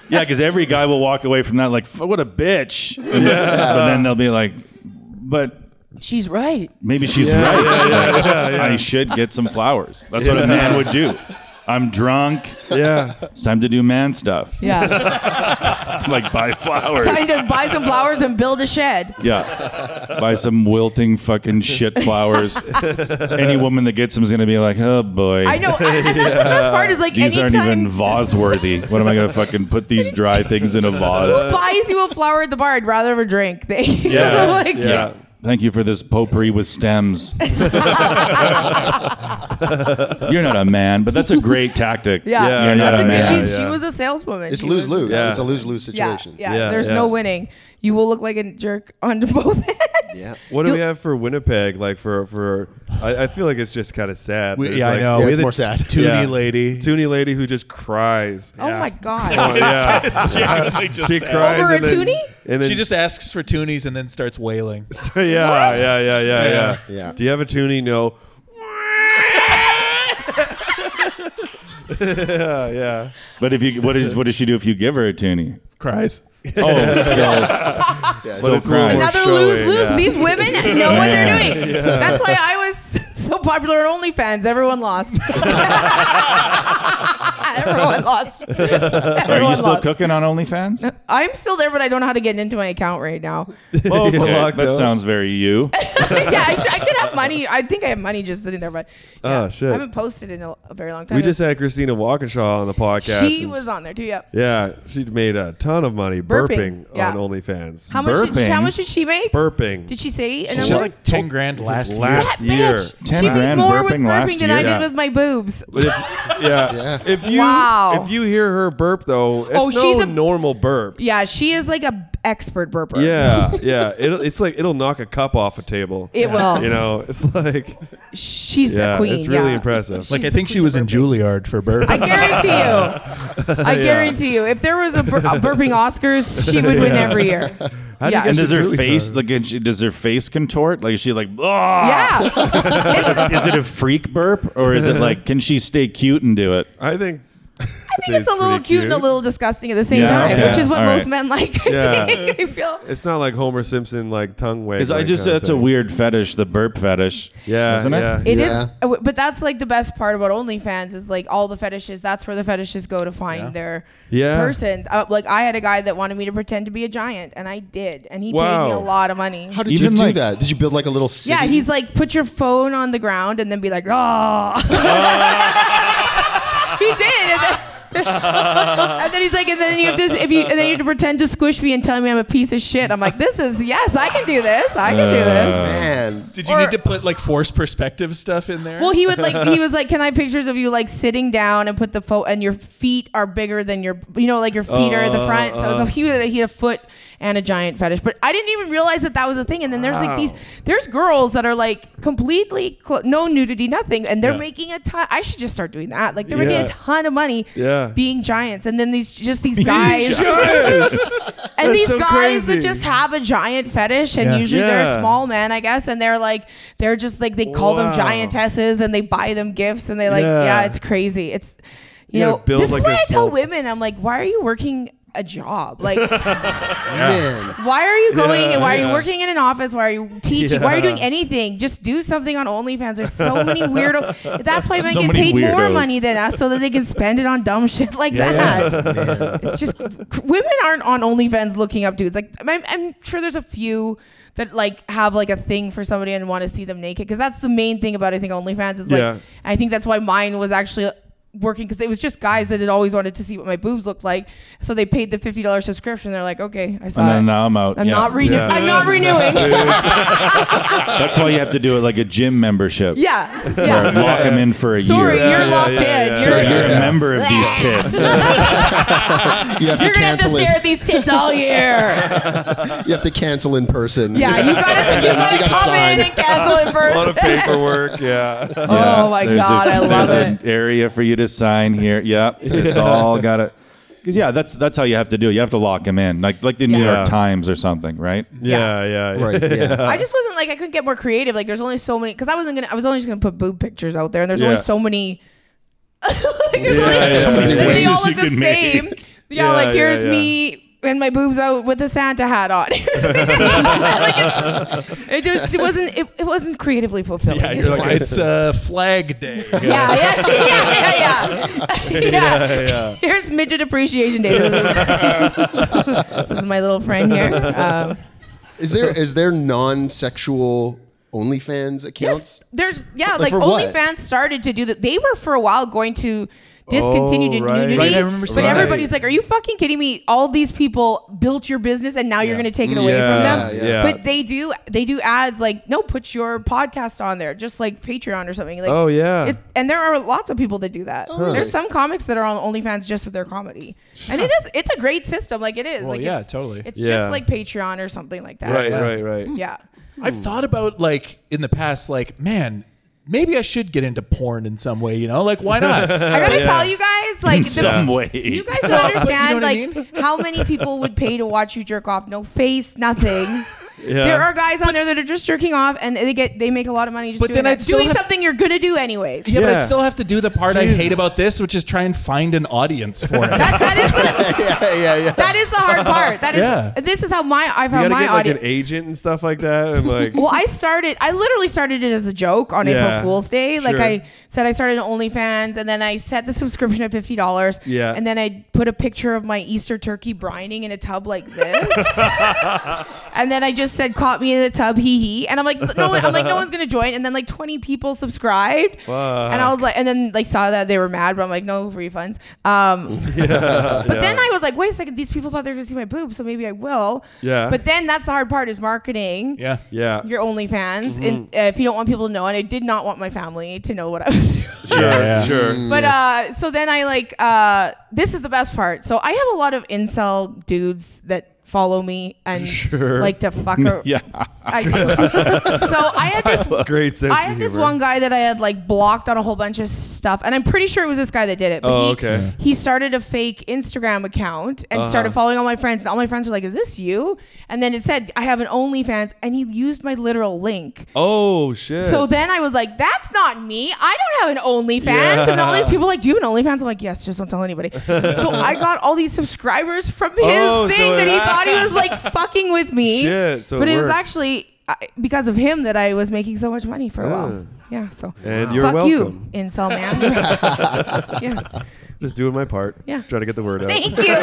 S5: because every guy will walk away from that like, "F- what a bitch. And then, but then they'll be like, but
S7: She's right.
S5: maybe she's right. Like, I should get some flowers. That's what a man would do. I'm drunk.
S3: yeah.
S5: It's time to do man stuff.
S7: Yeah.
S5: Like buy flowers.
S7: Time to buy some flowers and build a shed.
S5: Yeah. Buy some wilting fucking shit flowers. Any woman that gets them is going to be like, oh boy.
S7: I know. And that's the best part is like
S5: These aren't
S7: anytime
S5: even vase worthy. What am I going to fucking put these dry things in a
S7: Who
S5: vase?
S7: buys you a flower at the bar? I'd rather have a drink. They,
S5: Yeah.
S7: like,
S5: Yeah. Thank you for this potpourri with stems. You're not a man, but that's a great tactic.
S7: Yeah.
S3: Yeah,
S5: You're not
S7: That's
S5: a
S7: a good,
S5: man.
S7: she's,
S3: yeah.
S7: She was a saleswoman.
S6: It's
S7: She was-
S6: lose lose.
S3: Yeah.
S6: It's a lose lose
S7: Yeah,
S6: situation.
S7: yeah,
S3: Yeah,
S7: There's
S3: yeah.
S7: no winning. You will look like a jerk on both ends.
S6: Yeah.
S3: What do we have for Winnipeg? Like for for, I, I feel like it's just kind of sad.
S4: We,
S3: There's,
S4: yeah,
S3: like,
S4: I know.
S6: Yeah,
S4: we
S6: it's
S4: had
S6: more
S4: a
S6: sad.
S4: toony lady.
S3: Toonie lady who just cries.
S7: Oh my
S3: Oh,
S7: god.
S3: yeah.
S4: Genuinely just
S3: she
S4: sad.
S3: cries
S7: Over a
S3: and then-
S7: toonie?
S3: And then
S4: She just asks for toonies and then starts wailing.
S3: yeah, yeah, yeah, yeah, yeah,
S6: Yeah.
S3: Do you have a toonie? No. yeah, yeah.
S5: But if you, what is, what does she do if you give her a toonie?
S4: Cries.
S5: Oh, still, still cries.
S7: Another
S3: showing,
S7: lose lose.
S3: yeah.
S7: These women know what
S5: Yeah.
S7: they're doing. That's why I was so popular on OnlyFans. Everyone lost. Everyone lost.
S5: Are
S7: Everyone
S5: you still
S7: lost.
S5: cooking on OnlyFans?
S7: I'm still there, but I don't know how to get into my account right now.
S5: Oh, okay.
S3: Locked
S5: that
S3: up.
S5: sounds very you.
S7: yeah, I, should, I could have money. I think I have money just sitting there, but yeah.
S3: Oh, shit.
S7: I haven't posted in a, a very long time.
S3: We just had Christina Walkinshaw on the podcast.
S7: she
S3: and-
S7: was on there too. Yeah.
S3: Yeah, she made a ton of money burping,
S7: Burping, yeah.
S3: on OnlyFans.
S7: How much? Did she,
S5: Burping?
S7: how much did she make?
S3: burping.
S7: Did she say? And
S4: She
S7: I'm
S4: said
S7: like,
S4: like 10 grand last year.
S3: last
S7: that
S3: year?
S7: bitch.
S5: 10
S7: she makes
S5: grand
S7: more with
S5: burping
S7: burping
S5: last
S7: than
S5: year?
S7: I did
S5: Yeah.
S7: with my boobs.
S3: But if, yeah.
S6: Yeah.
S3: If you
S7: Wow.
S3: if you hear her burp though, it's
S7: Oh,
S3: no
S7: she's a-
S3: normal burp.
S7: Yeah, she is like a expert burper.
S3: Yeah, yeah. It'll, it's like it'll knock a cup off a table.
S7: It will.
S3: You know, it's like
S7: She's
S3: yeah,
S7: a queen.
S3: it's really
S7: yeah.
S3: impressive.
S4: Like, I
S7: She's
S4: think
S7: the
S4: she
S7: queen
S4: was
S7: of
S4: in Juilliard for burping.
S7: I guarantee you. I guarantee you. If there was a, bur- a burping Oscars, she would win every year. yeah.
S5: And does her
S3: really
S5: face like is she- does her face contort? Like is she like ah?
S7: yeah.
S5: Is it a freak burp or is it like can she stay cute and do it?
S3: I think.
S7: I think it's a little cute, and a little disgusting at the same
S5: Yeah,
S7: time,
S5: okay.
S7: which is what
S5: All
S7: most
S5: right.
S7: men like. I
S3: Yeah.
S7: think I feel.
S3: It's not like Homer Simpson like tongue wag.
S5: Because I just that's a weird fetish, the burp fetish.
S3: Yeah,
S5: isn't it?
S3: yeah.
S7: It is,
S6: Yeah.
S7: uh, but that's like the best part about OnlyFans is like all the fetishes. That's where the fetishes go to find
S4: Yeah.
S7: their
S3: Yeah.
S7: person. Uh, like I had a guy that wanted me to pretend to be a giant, and I did, and he paid me
S3: Wow.
S7: a lot of money.
S6: How did
S5: Even
S6: you do
S5: like-
S6: that? Did you build like a little city?
S7: yeah, he's like, put your phone on the ground and then be like, ah. he did. And then, and then he's like, and then you have to, if you, and then you have to pretend to squish me and tell me I'm a piece of shit. I'm like, this is yes, I can do this. I can do
S5: Uh,
S7: this.
S6: man.
S4: Did you
S7: Or-
S4: need to put like forced perspective stuff in there?
S7: Well, he would like he was like, "Can I pictures of you like sitting down and put the photo and your feet are bigger than your you know like your feet are at the front." So,
S3: Oh,
S7: so he had a, he had a foot and a giant fetish, but I didn't even realize that that was a thing. And then there's like these there's girls that are like completely cl- no nudity, nothing, and they're
S5: Yeah.
S7: making a ton. I should just start doing that. Like they're
S3: Yeah.
S7: making a ton of money
S3: Yeah. Yeah.
S7: being giants, and then these just these guys, and
S3: That's
S7: these
S3: so
S7: guys
S3: crazy.
S7: that just have a giant fetish, and
S4: Yeah.
S7: usually
S3: Yeah.
S7: they're small men, I guess, and they're like they're just like they call
S3: Wow.
S7: them giantesses, and they buy them gifts, and they like
S3: Yeah.
S7: yeah, it's crazy. It's you
S3: You gotta
S7: know
S3: build,
S7: this
S3: like,
S7: is why
S3: a
S7: I tell
S3: soul-
S7: women I'm like, why are you working a job like?
S6: Man.
S7: Why are you going
S3: Yeah.
S7: and why are you working in an office? Why are you teaching? Why are you doing anything? Just do something on OnlyFans. There's so many weirdo. That's why men
S5: So
S7: get
S5: many
S7: paid more
S5: weirdos.
S7: money than us so that they can spend it on dumb shit like that. It's just women aren't on OnlyFans looking up dudes. Like I'm, I'm sure there's a few that like have like a thing for somebody and want to see them naked because that's the main thing about I think OnlyFans is like
S3: Yeah.
S7: I think that's why mine was actually working because it was just guys that had always wanted to see what my boobs looked like so they paid the $50 subscription they're like okay i saw
S5: And
S7: it
S5: then now I'm out.
S7: I'm
S5: Yeah.
S7: not renewing.
S3: Yeah.
S7: I'm not renewing.
S5: That's why you have to do it like a gym membership.
S7: yeah,
S5: Or
S7: yeah.
S5: lock them in for a
S7: Sorry,
S5: year.
S7: you're
S3: yeah,
S7: locked
S3: yeah,
S7: in.
S3: yeah,
S5: Sorry,
S7: You're,
S5: you're a
S6: yeah.
S5: member of these tits.
S6: You have to
S7: you're gonna have to
S6: cancel
S7: stare
S6: it.
S7: at these tits all year.
S6: You have to cancel in person.
S7: Yeah, you gotta, you gotta,
S6: You gotta
S7: come
S6: sign.
S7: in and cancel it
S3: A lot of
S7: first.
S3: paperwork. Yeah.
S5: Yeah,
S7: Oh my
S5: there's
S7: God,
S5: I
S7: I love
S5: there's an
S7: it.
S5: area for you to sign here. Yep, it's all got to. Because yeah, that's that's how you have to do it. You have to lock them in, like like the New
S3: Yeah.
S5: York Times or something, right?
S3: Yeah. Yeah. yeah.
S6: Right. Yeah.
S7: I just wasn't like I couldn't get more creative. Like there's only so many because I wasn't gonna. I was only just gonna put boob pictures out there, and there's
S3: Yeah.
S7: only so many. like, there's
S3: Yeah,
S7: only,
S3: yeah,
S7: and
S3: there's
S7: they all
S5: choices
S7: look
S5: you
S7: the
S5: can make.
S7: same. Yeah,
S3: Yeah,
S7: like
S3: yeah,
S7: here's
S3: yeah.
S7: me and my boobs out with a Santa hat on. Here's me- like, it, it, was, it wasn't. It, it wasn't creatively fulfilling.
S4: Yeah, you're like it's uh, Flag Day.
S7: Yeah, yeah, yeah, yeah, yeah. yeah. Here's midget appreciation day. this is my little friend here. Um,
S6: Is there is there non-sexual OnlyFans accounts?
S7: yes, there's yeah,
S6: Like
S7: like,
S6: for what?
S7: OnlyFans started to do that. They were for a while going to discontinue
S3: Oh, right.
S7: nudity,
S3: Right,
S4: I remember
S7: but
S4: seeing that.
S7: everybody's like, "Are you fucking kidding me? All these people built your business, and now you're going to take it away from
S3: Yeah,
S7: them."
S3: yeah.
S7: But they do they do ads like, "No, put your podcast on there, just like Patreon or something." Like,
S3: Oh, yeah.
S7: It- and there are lots of people that do that. There's some comics that are on OnlyFans just with their comedy, and it is it's a great system. Like it is.
S4: Well,
S7: like
S4: yeah,
S7: it's,
S4: totally.
S7: It's
S3: Yeah.
S7: just like Patreon or something like that.
S3: Right.
S7: But,
S3: Right. Right.
S7: Yeah.
S3: Hmm.
S4: I've thought about like in the past, like man, maybe I should get into porn in some way. You know, like why not?
S7: I gotta tell you guys, like the-
S5: Some way.
S7: You guys don't understand
S4: what I
S7: like how many people would pay to watch you jerk off. No face, nothing. There are guys on there that are just jerking off, and they get they make a lot of money just
S4: But
S7: doing,
S4: then
S7: that.
S4: I'd still
S7: doing
S4: have-
S7: something you're gonna do anyways.
S4: Yeah, but
S3: Yeah.
S4: I'd still have to do the part I
S3: Jesus.
S4: hate about this, which is try and find an audience for it.
S7: That, that is the,
S6: yeah, yeah, yeah.
S7: that is the hard part. That is
S4: Yeah.
S7: this is how my I've
S3: You
S7: had
S3: gotta
S7: my
S3: get like
S7: audience.
S3: an agent and stuff like that, and like
S7: Well, I started. I literally started it as a joke on
S3: Yeah.
S7: April Fool's Day. Like
S3: Sure.
S7: I said, I started an OnlyFans, and then I set the subscription at fifty dollars.
S3: Yeah.
S7: And then I put a picture of my Easter turkey brining in a tub like this. and then I just said, "Caught me in the tub, hee hee." And I'm like, no, one, I'm like, no one's gonna join. And then like twenty people subscribed. And I was like, and then like saw that they were mad, but I'm like, no refunds. Um, but then I was like, wait a second, these people thought they were gonna see my boobs, so maybe I will.
S3: Yeah.
S7: But then that's the hard part is marketing
S4: yeah.
S3: yeah,
S7: your OnlyFans, and uh, if you don't want people to know, and I did not want my family to know what I was doing.
S3: sure,
S4: Yeah. Mm.
S3: sure.
S7: But uh, so then I like uh, this is the best part. So I have a lot of incel dudes that follow me and like to fuck. Or,
S5: Yeah.
S7: I do. so I had this
S3: Great sense
S7: I
S3: of
S7: had this
S3: humor.
S7: one guy that I had like blocked on a whole bunch of stuff, and I'm pretty sure it was this guy that did it. But
S3: Oh,
S7: he,
S3: okay. Uh-huh.
S7: He started a fake Instagram account and started following all my friends, and all my friends were like, "Is this you?" And then it said, "I have an OnlyFans," and he used my literal link.
S3: Oh shit.
S7: So then I was like, "That's not me. I don't have an OnlyFans." And all these people were like, "Do you have an OnlyFans?" I'm like, "Yes, just don't tell anybody." so I got all these subscribers from his
S3: Oh, so
S7: thing that he
S3: it-
S7: thought he was like fucking with me.
S3: Shit, so
S7: but
S3: it
S7: it, was
S3: worked.
S7: actually uh, because of him that I was making so much money for a while. Yeah. So
S3: and you're
S7: fuck
S3: welcome.
S7: you, incel man. yeah.
S3: Just doing my part.
S7: Yeah.
S3: Try to get the word out.
S7: Thank you.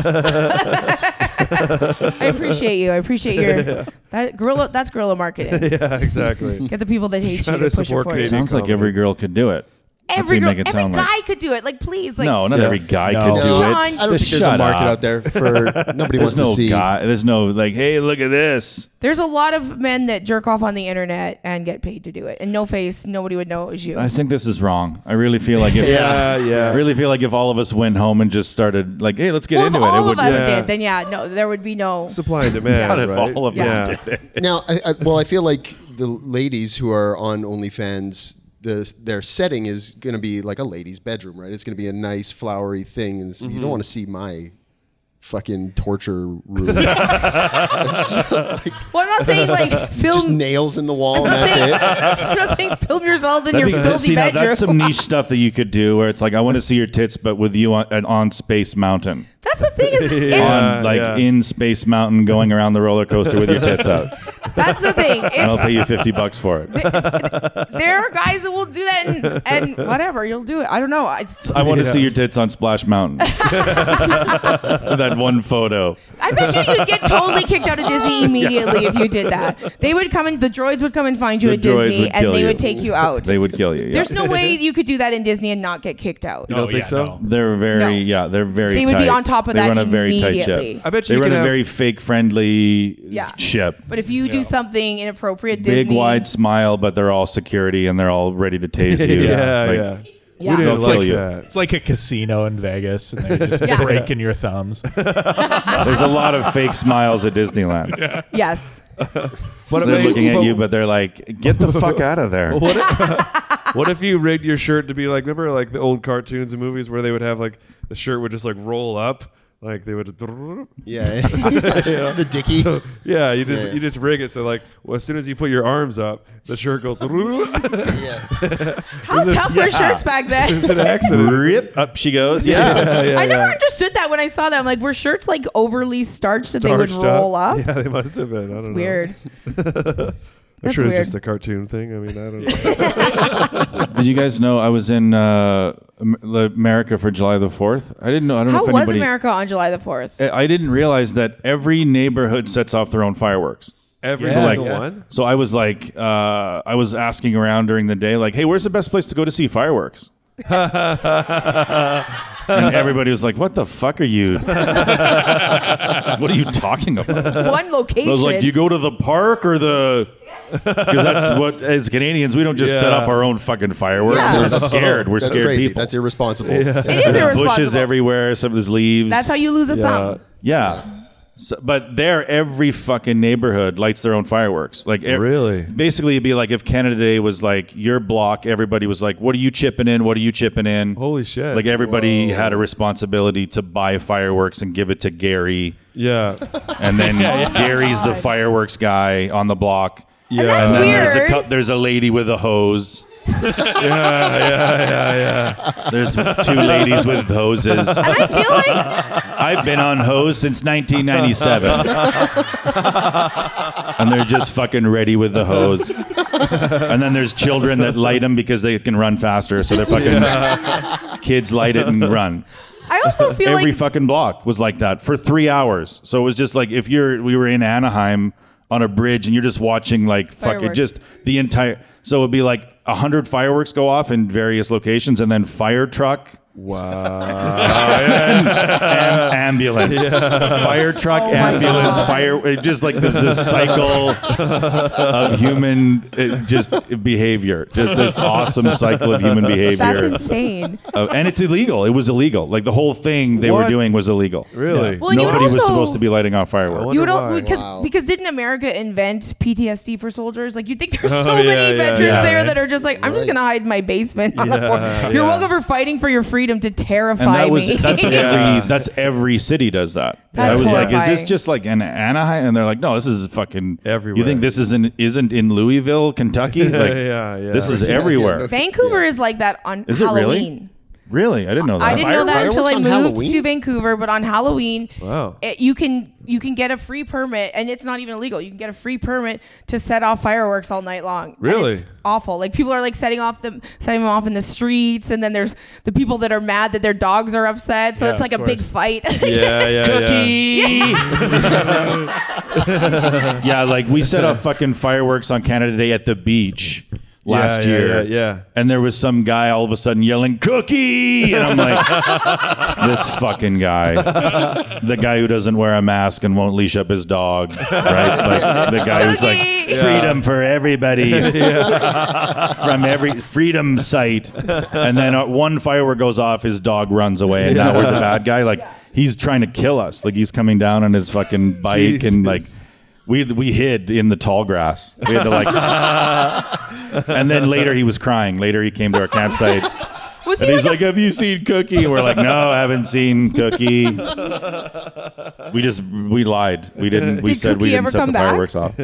S7: Thanks. I appreciate you. I appreciate your that gorilla. That's gorilla marketing.
S3: yeah, exactly.
S7: Get the people that hate
S3: Try
S7: you
S3: to
S7: to, push it
S3: support
S7: forward.
S3: Canadian
S5: Sounds like every girl could do it. That's what
S7: Every
S5: you
S7: girl,
S5: make it
S7: every
S5: sound
S7: guy
S5: like.
S7: could do it. Like, please, like,
S5: no, not every guy
S4: No.
S5: could do
S7: Sean,
S5: it.
S6: I don't
S5: Just
S6: think there's a
S5: shut
S6: market
S5: up.
S6: out there for nobody
S5: There's
S6: wants to
S5: no
S6: see.
S5: guy. There's no like, hey, look at this.
S7: There's a lot of men that jerk off on the internet and get paid to do it, and no face, nobody would know it was you.
S5: I think this is wrong. I really feel like if
S3: Yeah, yeah.
S5: I really feel like if all of us went home and just started like, hey, let's get
S7: well, if
S5: into it.
S7: all
S5: it
S7: of us
S3: yeah.
S7: did, then yeah, no, there would be no.
S3: Supply and demand.
S5: Not if
S3: right?
S5: all of
S3: yeah.
S5: us did it.
S6: Now, I, I, well, I feel like the ladies who are on OnlyFans, the their setting is going to be like a lady's bedroom, right? It's going to be a nice flowery thing, and it's- you
S5: Mm-hmm.
S6: don't want to see my fucking torture room. It's like,
S7: Well, I'm not saying like
S6: just
S7: film.
S6: nails in the wall, and
S7: I'm not
S6: that's
S7: saying-
S6: it.
S7: I'm not saying film yourself in
S5: That'd
S7: your
S5: be- that-
S7: filthy
S5: see, now,
S7: bedroom.
S5: that's some niche stuff that you could do where it's like, I want to see your tits, but with you on, and on Space Mountain.
S7: That's the thing. Is it's,
S5: on, like
S3: yeah.
S5: in Space Mountain going around the roller coaster with your tits out.
S7: that's the thing.
S5: And I'll pay
S7: It's,
S5: you 50 bucks for it.
S7: there are guys that will do that and, and whatever. You'll do it. I don't know. I, just,
S5: I want to see your tits on Splash Mountain. that one photo.
S7: I bet you you'd get totally kicked out of Disney immediately if you did that. They would come and the droids would come and find you
S5: The
S7: at
S5: droids
S7: Disney
S5: would
S7: and
S5: kill
S7: they
S5: you.
S7: would take you out.
S5: They would kill you. Yeah.
S7: Oh, There's no way you could do that in Disney and not get kicked out.
S3: don't
S4: Oh,
S3: think
S4: yeah,
S3: so?
S4: no.
S5: They're very
S7: No.
S5: yeah. They're very.
S7: They would be
S5: tight.
S7: on top of
S5: they
S7: that
S5: run a very tight
S7: immediately.
S5: ship.
S3: I bet you
S5: they
S3: you
S5: run
S3: could
S5: a
S3: have-
S5: very fake friendly
S7: Yeah.
S5: ship.
S7: But if you do something inappropriate, Disney,
S5: Big wide smile, but they're all security and they're all ready to tase you.
S3: yeah,
S5: Like,
S3: yeah.
S7: Yeah.
S3: We
S5: They'll
S3: didn't like
S5: kill you.
S3: that.
S4: It's like a casino in Vegas, and they're just
S7: Yeah.
S4: breaking your thumbs.
S5: There's a lot of fake smiles at Disneyland.
S7: yes,
S3: What
S5: They're
S3: if,
S5: looking at
S3: but
S5: you, but they're like, "Get the fuck out of there."
S3: what, if, what if you rigged your shirt to be like? Remember, like the old cartoons and movies where they would have like the shirt would just like roll up, like they would.
S6: Yeah, the dicky.
S3: So yeah, you just
S6: Yeah.
S3: you just rig it so like well, as soon as you put your arms up, the shirt goes. it's
S6: yeah.
S7: how tough were shirts back then?
S3: an accident.
S5: Rip up she goes. Yeah.
S7: I never understood that when I saw them. Like, were shirts like overly starched that they would
S3: Starched
S7: roll up?
S3: Yeah, they must have been. I
S7: It's
S3: don't
S7: weird.
S3: know. I'm
S7: That's
S3: sure it's
S7: weird.
S3: just a cartoon thing. I mean, I don't know.
S5: Did you guys know I was in uh, Am- America for July the Fourth? I didn't know. I don't
S7: How
S5: know if
S7: was
S5: anybody.
S7: America on July the fourth?
S5: I I didn't realize that every neighborhood sets off their own fireworks.
S3: Every
S5: So, like,
S3: single one.
S5: so I was like, uh, I was asking around during the day, like, hey, where's the best place to go to see fireworks? and everybody was like, "What the fuck are you? what are you talking about?"
S7: One location.
S5: I was like, "Do you go to the park or the?" Because that's what as Canadians we don't just set
S3: Yeah.
S5: off our own fucking fireworks.
S7: Yeah.
S5: We're scared. We're
S6: That's
S5: scared
S6: crazy.
S5: people.
S6: That's irresponsible.
S7: it is
S5: There's
S7: irresponsible.
S5: bushes everywhere. Some of there's leaves.
S7: That's how you lose a thumb.
S5: Yeah. So, but there, every fucking neighborhood lights their own fireworks. Like e-
S3: Really?
S5: basically, it'd be like if Canada Day was like your block. Everybody was like, "What are you chipping in? What are you chipping in?"
S3: Holy shit.
S5: Like everybody had a responsibility to buy fireworks and give it to Gary,
S3: yeah.
S5: and then Gary's the
S7: God.
S5: fireworks guy on the block.
S3: Yeah.
S7: that's
S5: And then there's a
S7: Weird.
S5: cou- there's a lady with a hose. yeah, yeah, yeah, yeah. There's two ladies with hoses.
S7: I feel like
S5: I've been on hose since 1997. and they're just fucking ready with the hose. And then there's children that light them because they can run faster. So they're fucking kids light it and run.
S7: I also feel
S5: Every
S7: like
S5: fucking block was like that for three hours. So it was just like if you're, we were in Anaheim on a bridge and you're just watching like fucking
S7: Fireworks.
S5: just the entire, so it'd be like a hundred fireworks go off in various locations and then fire truck am- ambulance, fire truck,
S7: Oh
S5: ambulance, fire. It just like there's this cycle of human uh just behavior, just this awesome cycle of human
S7: that's
S5: behavior,
S7: insane.
S5: Uh, and it's illegal. It was illegal. Like the whole thing they were
S3: What?
S5: doing was illegal.
S3: Really?
S7: Well, and you would
S5: Nobody was
S7: also-
S5: supposed to be lighting off fireworks.
S3: wonder
S7: You would all
S3: why.
S7: because
S6: Wow.
S7: because didn't America invent PTSD for soldiers? Like you think there's so
S3: Oh, yeah,
S7: many
S3: yeah,
S7: veterans
S5: yeah,
S7: there
S5: right.
S7: that are just like, I'm just
S6: Right.
S7: gonna hide in my basement. On the
S3: Yeah,
S7: floor. You're
S3: yeah.
S7: welcome for fighting for your freedom to terrify
S5: And that was
S7: me.
S5: that's
S3: Yeah.
S5: every that's every city does that.
S7: That's
S5: I was like, is
S7: horrifying.
S5: this just like an Anaheim? And they're like, no, this is fucking
S3: Everywhere.
S5: You think this isn't isn't in Louisville, Kentucky? Like,
S3: yeah, yeah.
S5: This is
S6: Yeah, yeah,
S5: everywhere.
S6: no
S7: Vancouver is like that on
S5: Is it really?
S7: Halloween.
S5: Really, I didn't know that.
S7: I didn't know that
S6: Fireworks
S7: until I
S6: on
S7: moved
S6: Halloween?
S7: to Vancouver. But on Halloween,
S3: Wow.
S7: it- you can you can get a free permit, and it's not even illegal. You can get a free permit to set off fireworks all night long. And
S3: Really?
S7: it's awful. Like people are like setting off them, setting them off in the streets, and then there's the people that are mad that their dogs are upset. So it's like a big fight.
S3: Yeah, yeah, yeah.
S5: yeah, like we set up fucking fireworks on Canada Day at the beach last
S3: yeah, yeah,
S5: year.
S3: yeah.
S5: And there was some guy all of a sudden yelling, Cookie! And I'm like, this fucking guy. The guy who doesn't wear a mask and won't leash up his dog. Right? Like, the guy who's like,
S7: Cookie!
S5: freedom for everybody from every freedom site. And then uh, one firework goes off, his dog runs away, and now we're the bad guy. Like, he's trying to kill us. Like, he's coming down on his fucking bike and like.
S3: Jesus.
S5: We, we hid in the tall grass. We had to like And then later he was crying. Later he came to our campsite.
S7: Was
S5: And
S7: he
S5: he's
S7: like,
S5: like, "Have you seen Cookie?" And we're like, "No, I haven't seen Cookie." We just we lied. We didn't. We
S7: Did
S5: said
S7: Cookie
S5: we
S7: ever
S5: didn't set
S7: come
S5: the
S7: back?
S5: fireworks off.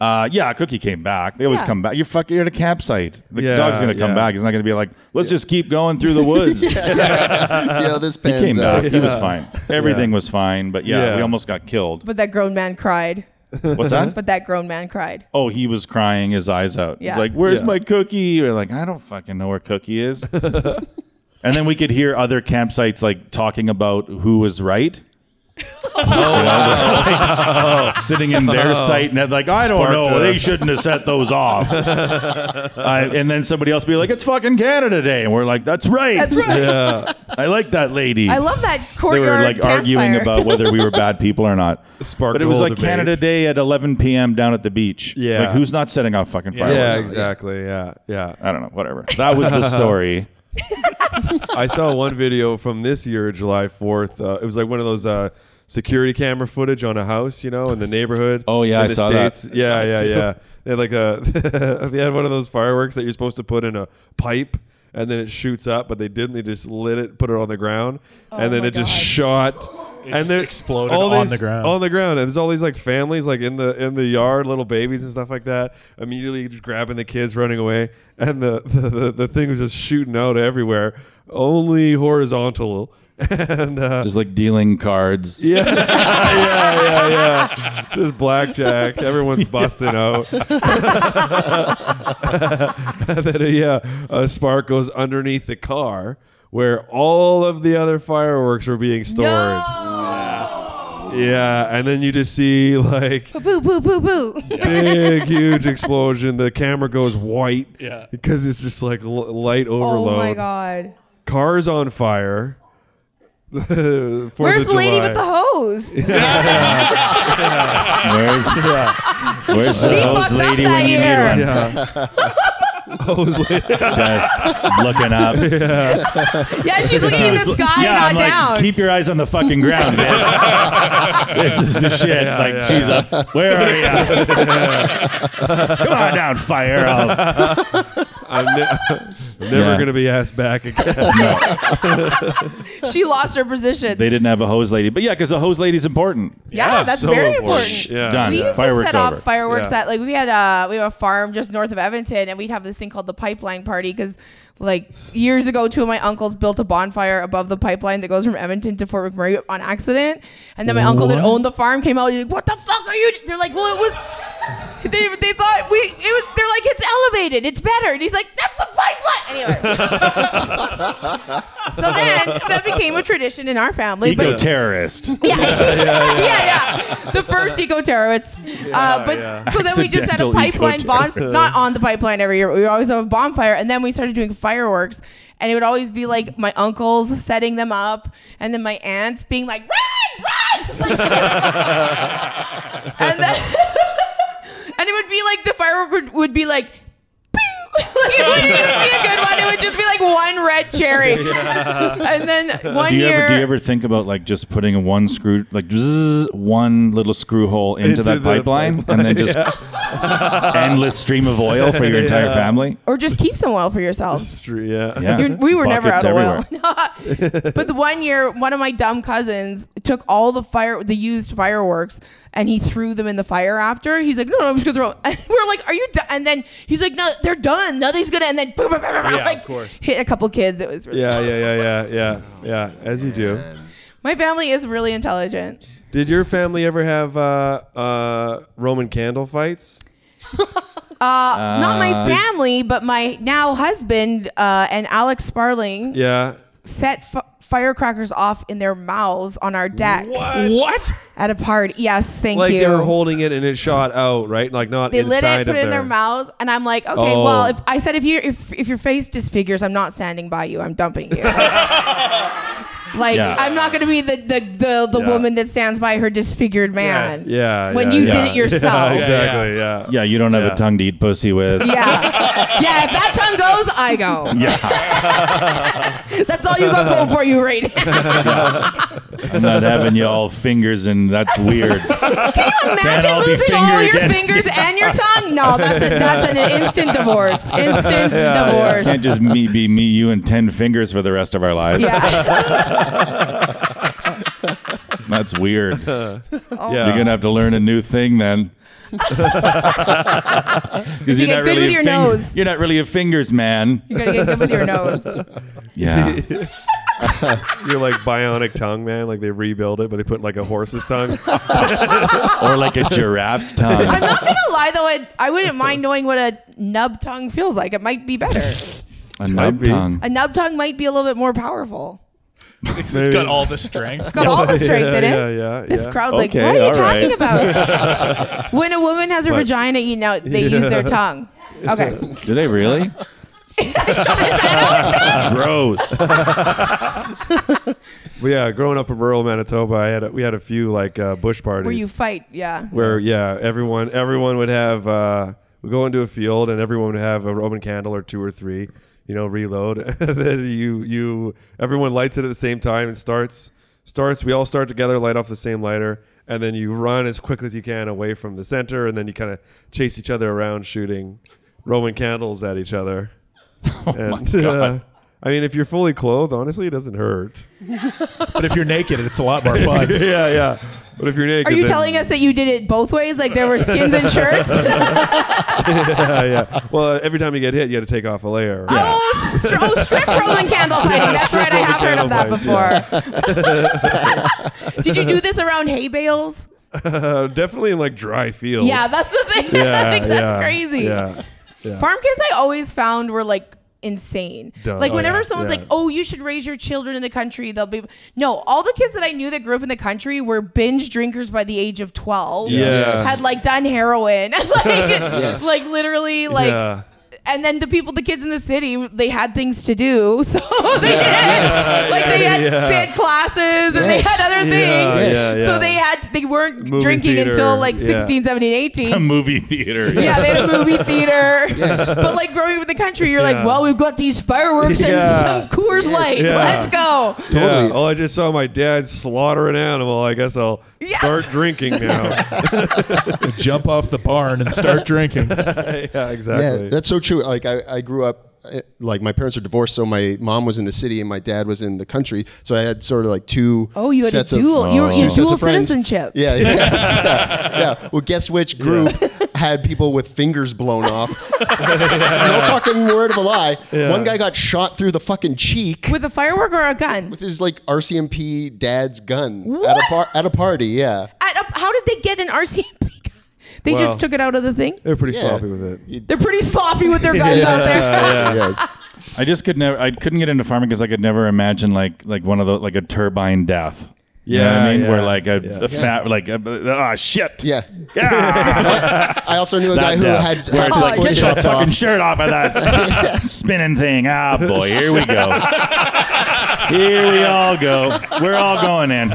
S5: Uh, yeah, Cookie came back. They always
S7: Yeah.
S5: come back. You're fucking. You're at a campsite. The
S3: Yeah,
S5: dog's gonna come
S3: yeah.
S5: back. He's not gonna be like, "Let's just keep going through the woods."
S6: See how this uh,
S5: He
S6: pans
S5: came
S6: out.
S5: back. He was fine. Everything was fine. But yeah,
S3: Yeah.
S5: we almost got killed.
S7: but that grown man cried.
S5: What's that?
S7: But that grown man cried.
S5: Oh, he was crying his eyes out. He's
S7: Yeah.
S5: like, "Where's
S3: Yeah.
S5: my cookie?" We're like, "I don't fucking know where cookie is." and then we could hear other campsites like talking about who was right. oh, sitting in their site and they're like, "I don't
S3: Sparked
S5: know.
S3: a-
S5: They shouldn't have set those off." I- and then somebody else be like, "It's fucking Canada Day," and we're like, "That's right.
S7: That's right.
S3: Yeah.
S5: I like that lady.
S7: I love that
S5: They were
S7: courtyard
S5: like arguing
S7: campfire.
S5: about whether we were bad people or not.
S3: Sparked
S5: but it
S3: a
S5: was
S3: whole
S5: like
S3: debate.
S5: Canada Day at 11 p.m. down at the beach.
S3: Yeah.
S5: like who's not setting off fucking fireworks?
S3: Yeah, exactly. Yeah, yeah.
S5: I don't know. Whatever. That was the story.
S3: I saw one video from this year, July 4th. Uh, it was like one of those uh, security camera footage on a house, you know, in the neighborhood.
S5: Oh, yeah,
S3: in
S5: I
S3: the
S5: saw that.
S3: States. Yeah, yeah, yeah. They had like a they had one of those fireworks that you're supposed to put in a pipe. And then it shoots up, but they didn't. They just lit it, put it on the ground, and then
S7: Oh my
S3: it just
S7: God.
S3: shot. and
S4: just
S3: there-
S4: exploded
S3: all
S4: on
S3: these-
S4: the ground.
S3: On the ground, and there's all these like families like in the in the yard, little babies and stuff like that. Immediately just grabbing the kids, running away, and the the, the, the thing was just shooting out everywhere, only horizontal. and uh,
S5: Just like dealing cards. Yeah.
S3: yeah, yeah, yeah. Just blackjack. Everyone's busting out. and then, uh, yeah, a spark goes underneath the car where all of the other fireworks are being stored. Yeah, and then you just see like
S7: Poo poo poo poo.
S3: big, huge explosion. The camera goes white yeah. because it's just like l- light overload.
S7: Oh my god.
S3: Cars on fire.
S7: Where's the lady with the hose?
S5: Where's, where's the
S7: She
S5: hose
S7: fucked up
S5: lady
S7: that
S5: when you need
S7: year.
S5: one?
S3: Yeah. hose lady.
S5: Just looking up.
S7: Yeah, she's looking in the sky,
S5: yeah,
S7: not
S5: I'm like,
S7: down.
S5: keep your eyes on the fucking ground, man. this is the shit. like,
S3: yeah,
S5: she's up. Where are you? Come on down, fire. I'll-
S3: I'm ne- never
S5: Yeah.
S3: gonna be asked back again.
S7: she lost her position.
S5: They didn't have a hose lady, but yeah, because a hose lady's important.
S7: yeah, that's
S3: so
S7: very
S3: important.
S7: important.
S3: Yeah.
S5: Done.
S7: We used
S5: Fireworks
S7: to set
S5: over.
S7: off fireworks
S3: Yeah.
S7: at like we had uh we have a farm just north of Edmonton and we'd have this thing called the pipeline party because like years ago two of my uncles built a bonfire above the pipeline that goes from Edmonton to Fort McMurray on accident and then my uncle that owned the farm came out he's like what the fuck are you d-" they're like well it was they, they thought we it was they're like it's elevated it's better and he's like that's the pipeline anyway so then that became a tradition in our family
S5: Eco terrorist.
S7: yeah, yeah, yeah, The first eco terrorists. uh, but
S3: yeah.
S7: so then we just had a
S5: Accidental
S7: pipeline bonfire,
S5: eco-terrorists.
S7: not on the pipeline every year. but We would always have a bonfire, and then we started doing fireworks, and it would always be like my uncles setting them up, and then my aunts being like, "Run, run!" Like- and then, and it would be like the firework would, would be like. "Pew!" like it wouldn't even be a good one. It would just be like one red cherry, and then one
S5: Do you
S7: year.
S5: ever do you ever think about like just putting a one screw like zzz, one little screw hole into,
S3: Into the
S5: that pipeline, and then just endless stream of oil for your entire family?
S7: or just keep some oil for yourself.
S3: Stre- yeah.
S5: Yeah.
S7: You're- we were never out
S5: Buckets
S7: of
S5: everywhere.
S7: oil. but the one year, one of my dumb cousins took all the fire, the used fireworks, and he threw them in the fire. After he's like, "No, no, I'm just gonna throw." Them. And we're like, "Are you?" done? And then he's like, "No, they're done. Nothing's gonna." And then, boom, boom, boom, boom,
S4: Yeah, of
S7: like,
S4: course.
S7: hit a couple kids. It was really.
S3: Yeah, yeah, yeah, yeah, yeah, yeah. As you do.
S7: My family is really intelligent.
S3: Did your family ever have uh, uh, Roman candle fights?
S7: Not my family, but my now husband uh, and Alex Sparling
S3: Yeah.
S7: set f- firecrackers off in their mouths on our deck
S4: What?
S7: at a party. Yes, thank
S3: Like
S7: you.
S3: they were holding it and it shot out, right? Like not
S7: They lit
S3: inside
S7: it,
S3: of
S7: put it in their
S3: their
S7: mouths, and I'm like, okay,
S3: Oh.
S7: well, if I said if you if, if your face disfigures, I'm not standing by you. I'm dumping you. like
S5: Yeah.
S7: I'm not gonna be the the the, the
S5: Yeah.
S7: woman that stands by her disfigured man.
S3: Yeah.
S7: When
S3: yeah,
S7: you
S3: yeah.
S7: did it yourself.
S3: Yeah,
S7: Yeah,
S3: exactly. Yeah.
S5: Yeah, you don't have
S3: Yeah.
S5: a tongue to eat pussy with.
S7: yeah. If that tongue goes, I go.
S5: Yeah.
S7: That's all you got going for you right now.
S5: I'm not having y'all fingers, and that's weird. Can't
S7: Imagine
S5: all be
S7: losing all
S5: fingered
S7: your
S5: then.
S7: fingers and your tongue. No, that's a, that's an instant divorce. Instant divorce.
S5: Can't just me be me, you, and ten fingers for the rest of our lives.
S7: yeah.
S5: That's weird.
S7: Oh
S3: yeah.
S5: You're gonna have to learn a new thing then. Because
S7: You get good with your nose.
S5: You're not really a fingers man.
S7: You gotta get good with your nose.
S5: Yeah.
S3: You're like bionic tongue man. Like they rebuild it, but they put like a horse's tongue.
S5: or like a giraffe's
S7: I'm
S5: tongue.
S7: not gonna lie though, I, I wouldn't mind knowing what a nub tongue feels like. It might be better.
S5: A nub
S3: be.
S5: tongue.
S7: A nub tongue might be a little bit more powerful.
S4: It's got all the strength.
S7: It's got all the strength in it.
S3: yeah, yeah,
S7: This
S3: yeah.
S7: crowd's like,
S5: Okay,
S7: what are you
S5: all
S7: talking
S5: right."
S7: about? when a woman has her vagina eaten out, they use their tongue. Okay.
S5: Do they really? Gross.
S3: But yeah, growing up in rural Manitoba, I had a, we had a few like uh, bush parties
S7: Where you fight, yeah.
S3: where yeah, everyone everyone would have uh, we go into a field and everyone would have a Roman candle or two or three, you know, reload. And then you you everyone lights it at the same time and starts starts. We all start together, light off the same lighter, and then you run as quickly as you can away from the center, and then you kind of chase each other around, shooting Roman candles at each other. and, uh, I mean, if you're fully clothed, honestly, it doesn't hurt.
S4: But if you're naked, it's a lot more fun.
S3: yeah, yeah. But if you're naked,
S7: Are you
S3: then-
S7: telling us that you did it both ways? Like there were skins and shirts?
S3: yeah, yeah. Well, every time you get hit, you had to take off a layer. right?
S7: oh, str- oh, strip rolling candle fighting. That's
S3: strip
S7: right. I
S3: rolling
S7: have heard of that
S3: candle fights,
S7: before. did you do this around hay bales?
S3: Uh, definitely in like dry fields.
S7: Yeah, that's the thing. I
S3: Yeah,
S7: think that's
S3: yeah,
S7: crazy.
S3: Yeah.
S7: Farm kids I always found were like insane.
S3: Dumb.
S7: Like
S3: Oh,
S7: whenever
S3: yeah,
S7: someone's
S3: yeah.
S7: like, "Oh, you should raise your children in the country," they'll be no. All the kids that I knew that grew up in the country were binge drinkers by the age of twelve.
S3: Yeah.
S7: had like done heroin, like like literally like.
S3: yeah.
S7: And then the people, the kids in the city, they had things to do, so they had like they had
S3: yeah.
S7: they had classes and they
S6: Yes.
S7: had other
S3: Yeah,
S7: things.
S3: yeah,
S7: So
S3: yeah.
S7: they had they weren't
S3: Movie
S7: drinking
S3: theater,
S7: until like
S3: yeah.
S7: 16, 17, 18.
S5: A movie theater.
S7: Yeah, they had a movie theater. But like growing up in the country, you're
S3: Yeah.
S7: like, well, we've got these fireworks
S3: Yeah.
S7: and some Coors Light.
S3: Yeah.
S7: Let's go.
S3: Totally.
S6: Totally.
S3: Oh, I just saw my dad slaughter an animal. I guess I'll
S7: Yeah.
S3: start drinking now.
S4: Jump off the barn and start drinking.
S3: yeah,
S6: Yeah,
S3: exactly.
S6: that's so true. Like I, I grew up eh, like my parents are divorced, so my mom was in the city and my dad was in the country. So I had sort of like two.
S7: Oh, you had
S6: sets
S7: a dual,
S6: Of,
S7: you were, you
S6: two sets
S7: dual
S6: of friends.
S7: citizenship.
S6: Yeah, yes, yeah, yeah. Well, guess which group had people with fingers blown off? no fucking word of a lie. One guy got shot through the fucking cheek with
S7: With a firework or a gun?
S6: his like RCMP dad's gun at
S7: What?
S6: a par- at a party. Yeah.
S7: At a, how did they get an RCMP gun? They
S3: Well.
S7: just took it out of the thing?
S3: They're pretty
S6: Yeah.
S3: sloppy with it.
S7: They're pretty sloppy with their guns out there.
S6: Yes.
S5: I just could never. I couldn't get into farming because I could never imagine like like one of the like a turbine death. You know what
S3: Yeah,
S5: I mean,
S3: yeah,
S5: where like a,
S3: yeah.
S5: a fat like a, ah shit.
S6: Yeah.
S5: Yeah.
S6: I also knew a
S5: That
S6: guy who
S5: death.
S6: had, had
S5: where it's
S6: his
S5: like,
S6: foot
S5: get your
S6: chopped off.
S5: fucking shirt off of that spinning thing. Ah, boy, here we go. Here we all go. We're all going in.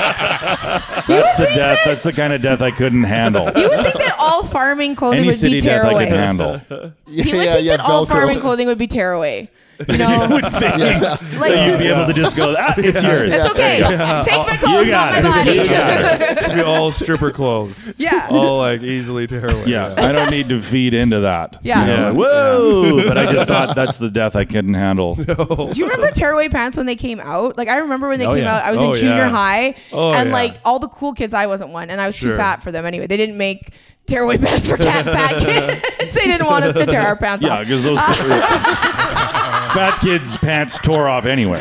S5: That's the death. That's the kind of death I couldn't handle.
S7: You would think that all farming clothing
S5: Any
S7: would
S5: city
S7: be
S5: death
S7: tearaway.
S5: I could handle.
S6: Yeah,
S7: You would
S6: yeah,
S7: think
S6: yeah.
S7: that all farming
S6: Velcro.
S7: clothing would be tearaway. You know? like,
S5: You'd be able to just go. Ah, it's yours.
S7: it's okay. Take my clothes,
S5: You
S7: not
S5: got
S7: my
S5: it. You got
S7: body.
S3: Should be all stripper clothes.
S7: Yeah.
S3: All like easily tearaway.
S5: Yeah, I don't need to feed into that.
S7: Yeah.
S5: You know,
S3: Yeah.
S5: like, Whoa! But I just thought that's the death I couldn't handle.
S7: Do you remember tearaway pants when they came out? Like I remember when they
S3: Oh,
S7: came
S3: yeah.
S7: out, I was
S3: Oh,
S7: in junior
S3: yeah.
S7: high,
S3: Oh,
S7: and
S3: yeah.
S7: like all the cool kids, I wasn't one, and I was
S3: Sure.
S7: too fat for them anyway. They didn't make tearaway pants for cat fat kids. they didn't want us to tear our pants
S5: Yeah,
S7: off.
S5: because those fat kids' pants tore off anyway.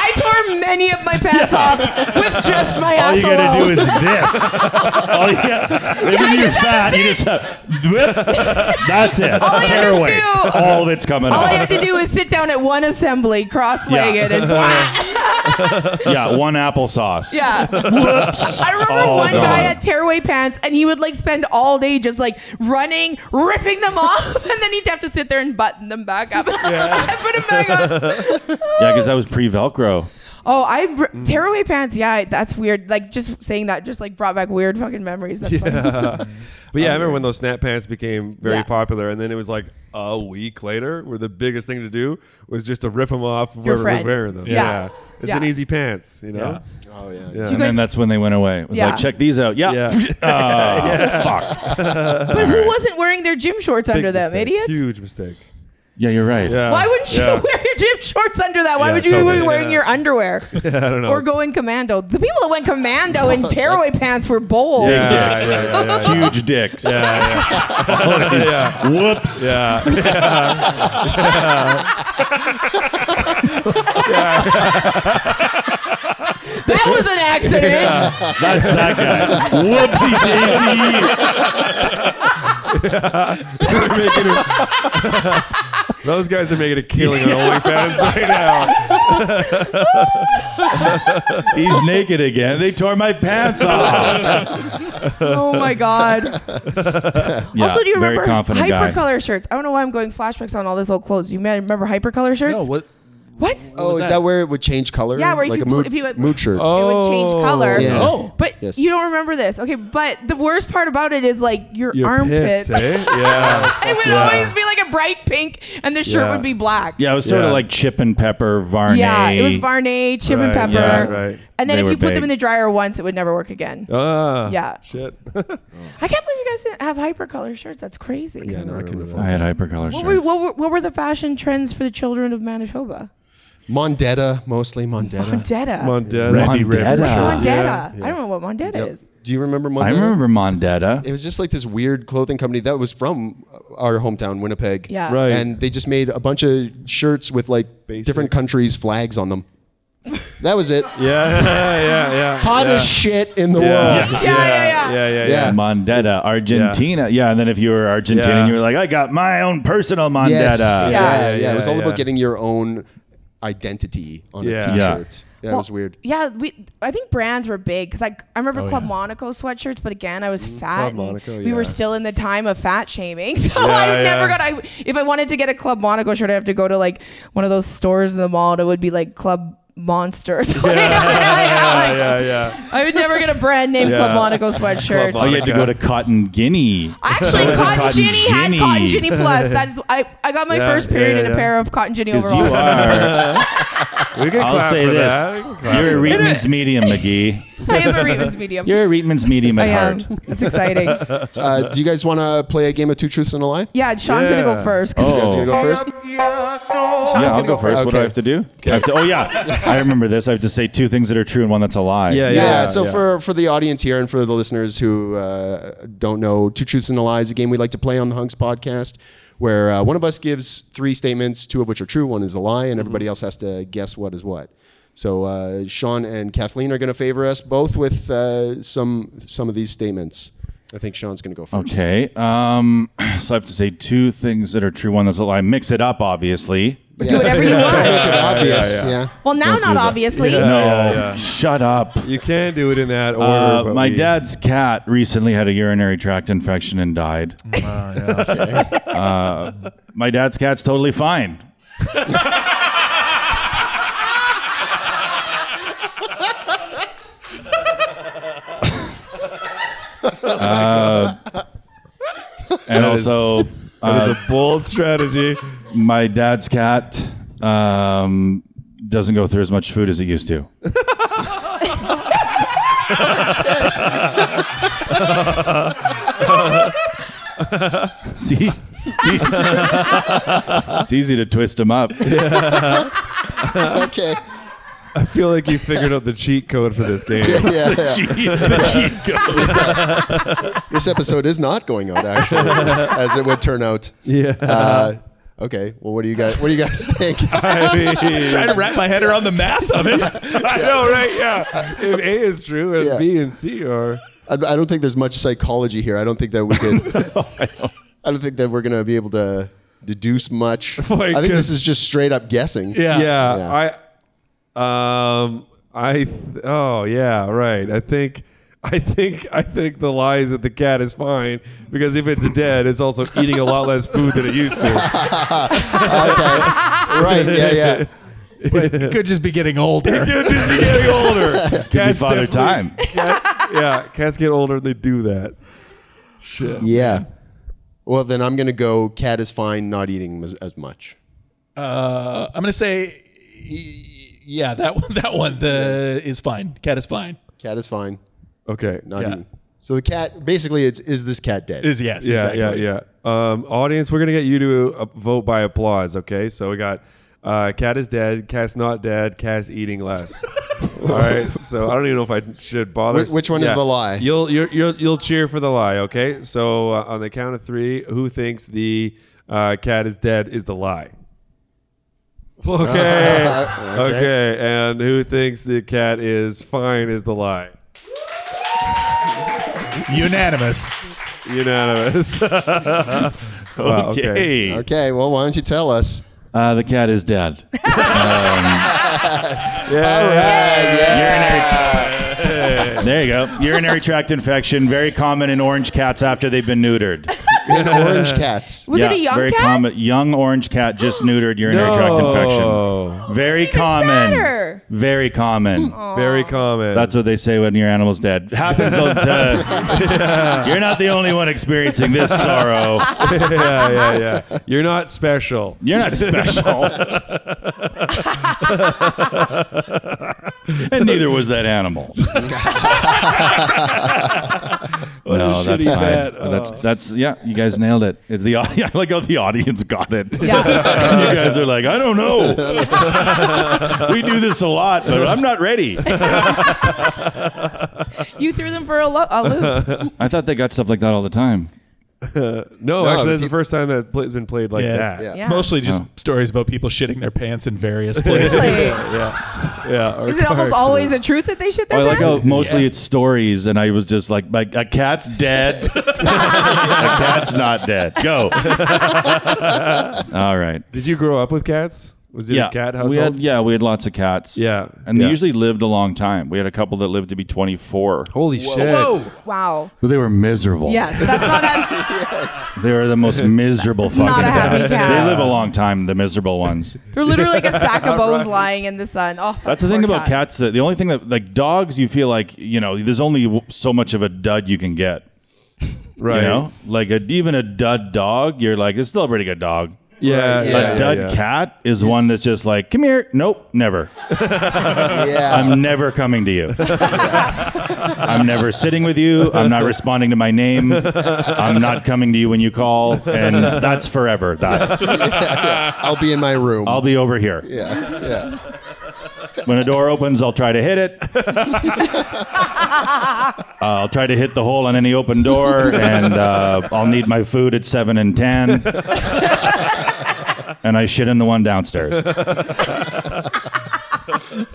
S7: I tore many of my pants off with just my
S5: All
S7: ass
S5: you gotta
S7: alone.
S5: do is this. All you got, even if
S7: I
S5: you're
S7: just have
S5: fat,
S7: to
S5: you just
S7: sit.
S5: have, that's it.
S7: All I had
S5: Tear
S7: to
S5: away
S7: do-
S5: all that's coming
S7: all I
S5: off.
S7: had to do is sit down at one assembly, cross-legged,
S5: Yeah.
S7: and
S5: Yeah, one applesauce.
S7: Yeah. I remember
S5: All
S7: one guy
S5: gone.
S7: had tearaway pants and he would like spend all day just like running, ripping them off, and then he'd have to sit there and button them back up. and put them back on.
S5: Yeah, because that was pre Velcro.
S7: Oh, I r-
S3: Mm.
S7: tearaway pants. Yeah, I- that's weird. Like just saying that just like brought back weird fucking memories. That's funny.
S3: But
S6: Um,
S3: yeah, I remember when those snap pants became very
S7: Yeah.
S3: popular, and then it was like a week later, where the biggest thing to do was just to rip them off
S7: Your
S3: whoever was
S7: friend.
S3: wearing them.
S7: Yeah.
S3: It's
S7: Yeah.
S3: an easy pants, you know?
S6: Oh yeah.
S3: Yeah.
S5: And then that's when they went away. It was
S7: Yeah.
S5: like, check these out. Yeah.
S3: Yeah.
S5: Ah, Fuck.
S7: But who wasn't wearing their gym shorts
S3: Big
S7: under them,
S3: mistake.
S7: idiots?
S3: Huge mistake.
S5: Yeah, you're right.
S3: Yeah.
S7: Why wouldn't you
S3: Yeah.
S7: wear your gym shorts under that? Why
S5: Yeah,
S7: would you
S5: totally.
S7: be wearing
S3: Yeah.
S7: your underwear
S3: I don't know.
S7: or going commando? The people that went commando in tearaway pants were bold.
S3: Yeah, yeah,
S5: dicks.
S3: yeah, yeah, yeah.
S5: Huge dicks. All these- Whoops.
S3: Yeah.
S7: That was an accident.
S5: That's that guy. Whoopsie daisy.
S3: They're making a- Those guys are making a killing on OnlyFans right now.
S5: He's naked again. They tore my pants off.
S7: Oh my god.
S5: Yeah,
S7: also, do you
S5: very
S7: remember
S5: confident guy.
S7: hypercolor shirts? I don't know why I'm going flashbacks on all this old clothes. You may remember hypercolor shirts?
S4: No, what?
S7: What?
S6: Oh, is that? where it would change color?
S7: Yeah, where if
S6: like
S7: you
S6: a
S7: pl-
S6: mood,
S7: if you had-
S6: mood shirt.
S3: Oh.
S7: It would change color.
S6: Yeah.
S4: Oh.
S7: But
S6: Yes.
S7: you don't remember this. Okay, but the worst part about it is like your,
S3: Your
S7: armpits.
S3: pits, eh? Yeah.
S7: It would
S3: Yeah.
S7: always be like a bright pink and the shirt
S3: Yeah.
S7: would be black.
S5: Yeah, it was sort
S3: Yeah.
S5: of like Chip and Pepper, Varney.
S7: Yeah, it was Varney, Chip and
S3: Right,
S7: Pepper.
S5: yeah,
S3: right.
S7: And then
S5: They
S7: if
S5: were
S7: you put
S5: big.
S7: them in the dryer once, it would never work again.
S3: Ah,
S7: Yeah.
S3: Shit.
S7: I can't believe you guys didn't have hypercolor shirts. That's crazy.
S6: Yeah, no, I couldn't afford
S5: I had hypercolor
S7: What were,
S5: shirts.
S7: what, were, what were the fashion trends for the children of Manitoba?
S6: Mondetta, mostly Mondetta.
S7: Mondetta.
S3: Mondetta.
S5: Mondetta.
S7: Mondetta.
S3: Yeah.
S7: I don't know what Mondetta
S6: Yep.
S7: is.
S6: Do you remember Mondetta?
S5: I remember
S6: It
S5: Mondetta.
S6: was just like this weird clothing company that was from our hometown, Winnipeg.
S7: Yeah.
S3: Right.
S6: And they just made a bunch of shirts with like
S3: Basic.
S6: different countries' flags on them. That was it.
S3: Yeah, yeah, yeah.
S6: Hottest shit in the
S3: yeah.
S6: world.
S7: Yeah, yeah, yeah.
S3: yeah, yeah,
S6: Yeah.
S5: Mondetta, Argentina. Yeah. and then if you were Argentinian,
S3: Yeah.
S5: you were like, I got my own personal Mondetta.
S6: Yes.
S5: uh,
S6: Yeah. Yeah,
S7: Yeah,
S6: It was all
S3: yeah, yeah.
S6: about getting your own identity on
S3: Yeah.
S6: a
S3: Yeah.
S6: t shirt. Yeah, it was
S7: Well,
S6: weird.
S7: Yeah, we. I think brands were big because I I remember Club Monaco sweatshirts, but again, I was fat.
S3: Oh, Mm, Club
S7: and
S3: Monaco,
S7: We were
S3: yeah.
S7: still in the time of fat shaming, so
S3: Yeah,
S7: I never
S3: yeah.
S7: got. I if I wanted to get a Club Monaco shirt, I have to go to like one of those stores in the mall. That would be like Club Monster. or something.
S3: yeah,
S7: Like,
S3: yeah, yeah.
S7: I would never get a brand name
S3: Yeah.
S7: Club Monaco sweatshirt.
S5: Oh, you had to go to Cotton Guinea.
S7: Actually,
S5: There was a
S7: Cotton Ginny had
S5: Ginny.
S7: Cotton Ginny Plus. That is, I, I got my
S3: Yeah,
S7: first period
S3: yeah,
S7: in
S3: yeah.
S7: a pair of Cotton Ginny
S5: 'Cause
S7: overalls.
S5: you are.
S3: We can
S5: I'll
S3: clap
S5: say
S3: for
S5: this:
S3: that. We can clap
S5: you're
S3: for
S5: a Reitman's medium, McGee.
S7: I am a Ravens medium.
S5: You're a Reitman's medium at
S7: I am.
S5: heart.
S7: That's exciting.
S6: Uh, do you guys want to play a game of two truths and a lie?
S7: Yeah, Sean's gonna
S3: Yeah.
S7: go first. 'cause-
S5: Oh.
S6: You guys gonna go first?
S5: Yeah, I'll
S6: gonna
S5: go
S6: go
S5: first. What do
S6: okay.
S5: I have to do? I have to, oh yeah, I remember this. I have to say two things that are true and one that's a lie.
S3: Yeah,
S6: Yeah, so for for the audience here and for the listeners who uh, don't know, Two Truths and a Lie is a game we like to play on the Hunks podcast where uh, one of us gives three statements, two of which are true, one is a lie, and everybody else has to guess what is what. So uh, Sean and Kathleen are going to favor us both with uh, some some of these statements. I think Sean's going to go first.
S5: Okay. Um, so I have to say two things that are true, one that's a lie. Mix it up, obviously.
S6: Yeah.
S7: Do whatever you
S6: Don't make
S7: want.
S6: it obvious.
S3: yeah,
S6: Yeah,
S3: yeah.
S7: Well, now
S5: Don't do
S7: not
S5: that.
S7: obviously.
S5: no,
S3: yeah, yeah.
S5: shut up.
S3: You can do it in that order.
S5: Uh,
S3: but
S5: my
S3: we-
S5: dad's cat recently had a urinary tract infection and died. Uh, my dad's cat's totally fine. Uh, and
S3: That is-
S5: also, uh,
S3: That is a bold strategy.
S5: my dad's cat um, doesn't go through as much food as it used to. See, it's easy to twist them up.
S6: Okay.
S3: I feel like you figured out the cheat code for this game.
S6: Yeah, yeah. This episode is not going out actually, as it would turn out.
S3: Yeah.
S6: Uh, okay. Well, what do you guys what do you guys think?
S3: I mean,
S4: Trying to wrap my head around the math of it.
S3: I know, right? Yeah. If A is true, and
S6: Yeah.
S3: B and C are.
S6: I, I don't think there's much psychology here. I don't think that we could. I don't think that we're gonna be able to deduce much.
S3: Like,
S6: I think this
S3: uh,
S6: is just straight up guessing.
S4: Yeah.
S3: yeah,
S6: Yeah.
S3: I, um, I, th- oh yeah, right. I think, I think, I think the lie is that the cat is fine because if it's dead, it's also eating a lot less food than it used to.
S6: Right. Yeah. Yeah.
S4: It could just be getting older.
S3: You're just getting older.
S5: Be
S3: Cats
S5: Father
S3: definitely-
S5: Time.
S3: Cat, yeah, cats get older and they do that. Shit.
S6: Yeah. Well, then I'm gonna go. Cat is fine, not eating as, as much.
S4: Uh, I'm gonna say y- yeah, that one, that one the is fine. Cat is fine.
S6: Cat is fine.
S3: Okay.
S6: Not
S4: Yeah.
S6: eaten. So the cat, basically, it's is this cat dead?
S4: Is yes,
S3: yeah,
S4: exactly.
S3: yeah, yeah. Um, audience, we're gonna get you to uh, vote by applause. Okay, so we got uh, cat is dead, cat's not dead, cat's eating less. All right, so I don't even know if I should bother.
S6: Wh- which one is the lie?
S3: You'll you're, you'll you'll cheer for the lie. Okay, so uh, on the count of three, who thinks the uh, cat is dead is the lie? Okay, okay, and who thinks the cat is fine is the lie?
S4: Unanimous.
S3: Unanimous. Wow,
S5: Okay.
S6: Okay, well, why don't you tell us?
S5: Uh, the cat is dead. Um, There you go. Urinary tract infection, very common in orange cats after they've been neutered.
S6: And orange cats.
S7: Was it a young
S5: very
S7: cat?
S5: Common, young orange cat just neutered urinary tract
S3: No.
S5: infection. Very
S7: even
S5: common.
S7: sadder. Hmm.
S5: Very common.
S3: Very common.
S5: That's what they say when your animal's dead. Happens. on, uh, You're not the only one experiencing this sorrow.
S3: yeah, yeah, yeah. You're not special.
S5: You're not special. and neither was that animal.
S3: What
S5: no,
S3: a
S5: that's
S3: shitty
S5: fine.
S3: bet.
S5: That's
S3: Oh.
S5: that's yeah. You guys nailed it. It's the audi- I like how the audience got it.
S7: Yeah.
S5: you guys are like, I don't know. we do this a lot, but I'm not ready.
S7: you threw them for a, lo- a loop.
S5: I thought they got stuff like that all the time.
S3: no,
S6: No,
S3: actually, that's
S6: it-
S3: the first time that has been played like
S4: Yeah,
S3: that.
S6: yeah.
S4: It's mostly just stories about people shitting their pants in various places.
S7: Really?
S3: yeah, yeah.
S7: Is it almost always a truth that they shit their
S5: I like
S7: pants?
S5: how mostly it's stories, and I was just like, like a cat's dead. a cat's not dead. Go. all right.
S3: Did you grow up with cats? Was it
S5: yeah,
S3: a cat
S5: we
S3: household?
S5: had yeah, we had lots of cats.
S3: Yeah,
S5: and
S3: yeah.
S5: they usually lived a long time. We had a couple that lived to be 24.
S3: Holy shit!
S7: Wow.
S5: They were miserable.
S7: Yes, that's not a,
S6: Yes.
S5: they were the most miserable fucking
S7: not a happy
S5: cats.
S7: cat.
S5: They live a long time. The miserable ones.
S7: they're literally like a sack of bones lying in the sun. Oh,
S5: That's the
S7: poor
S5: thing about
S7: cat.
S5: cats. That the only thing that like dogs, you feel like you know, there's only w- so much of a dud you can get.
S3: Right?
S5: You know, like a, even a dud dog, you're like, it's still a pretty good dog.
S3: Yeah,
S6: Right,
S3: yeah,
S6: yeah.
S5: a dud
S3: yeah.
S5: cat is one that's just like, come here. Nope, never.
S6: Yeah.
S5: I'm never coming to you. I'm never sitting with you. I'm not responding to my name. I'm not coming to you when you call. And that's forever. That
S6: I'll be in my room.
S5: I'll be over here.
S6: yeah, yeah.
S5: When a door opens, I'll try to hit it. Uh, I'll try to hit the hole on any open door, and uh, I'll need my food at seven and ten. and I shit in the one downstairs.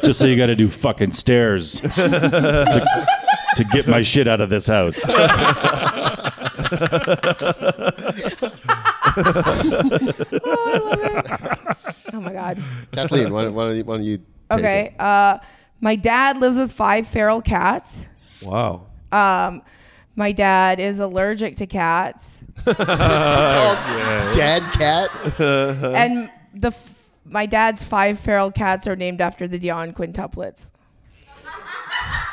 S5: Just so you got to do fucking stairs to, to get my shit out of this house.
S7: Oh my god.
S6: Kathleen, why, don't- why, don't you, why don't you? Take
S7: Okay. Uh, my dad lives with five feral cats.
S3: Wow.
S7: Um, my dad is allergic to cats,
S6: It. Dad cat.
S7: and the f- my dad's five feral cats are named after the Dion quintuplets.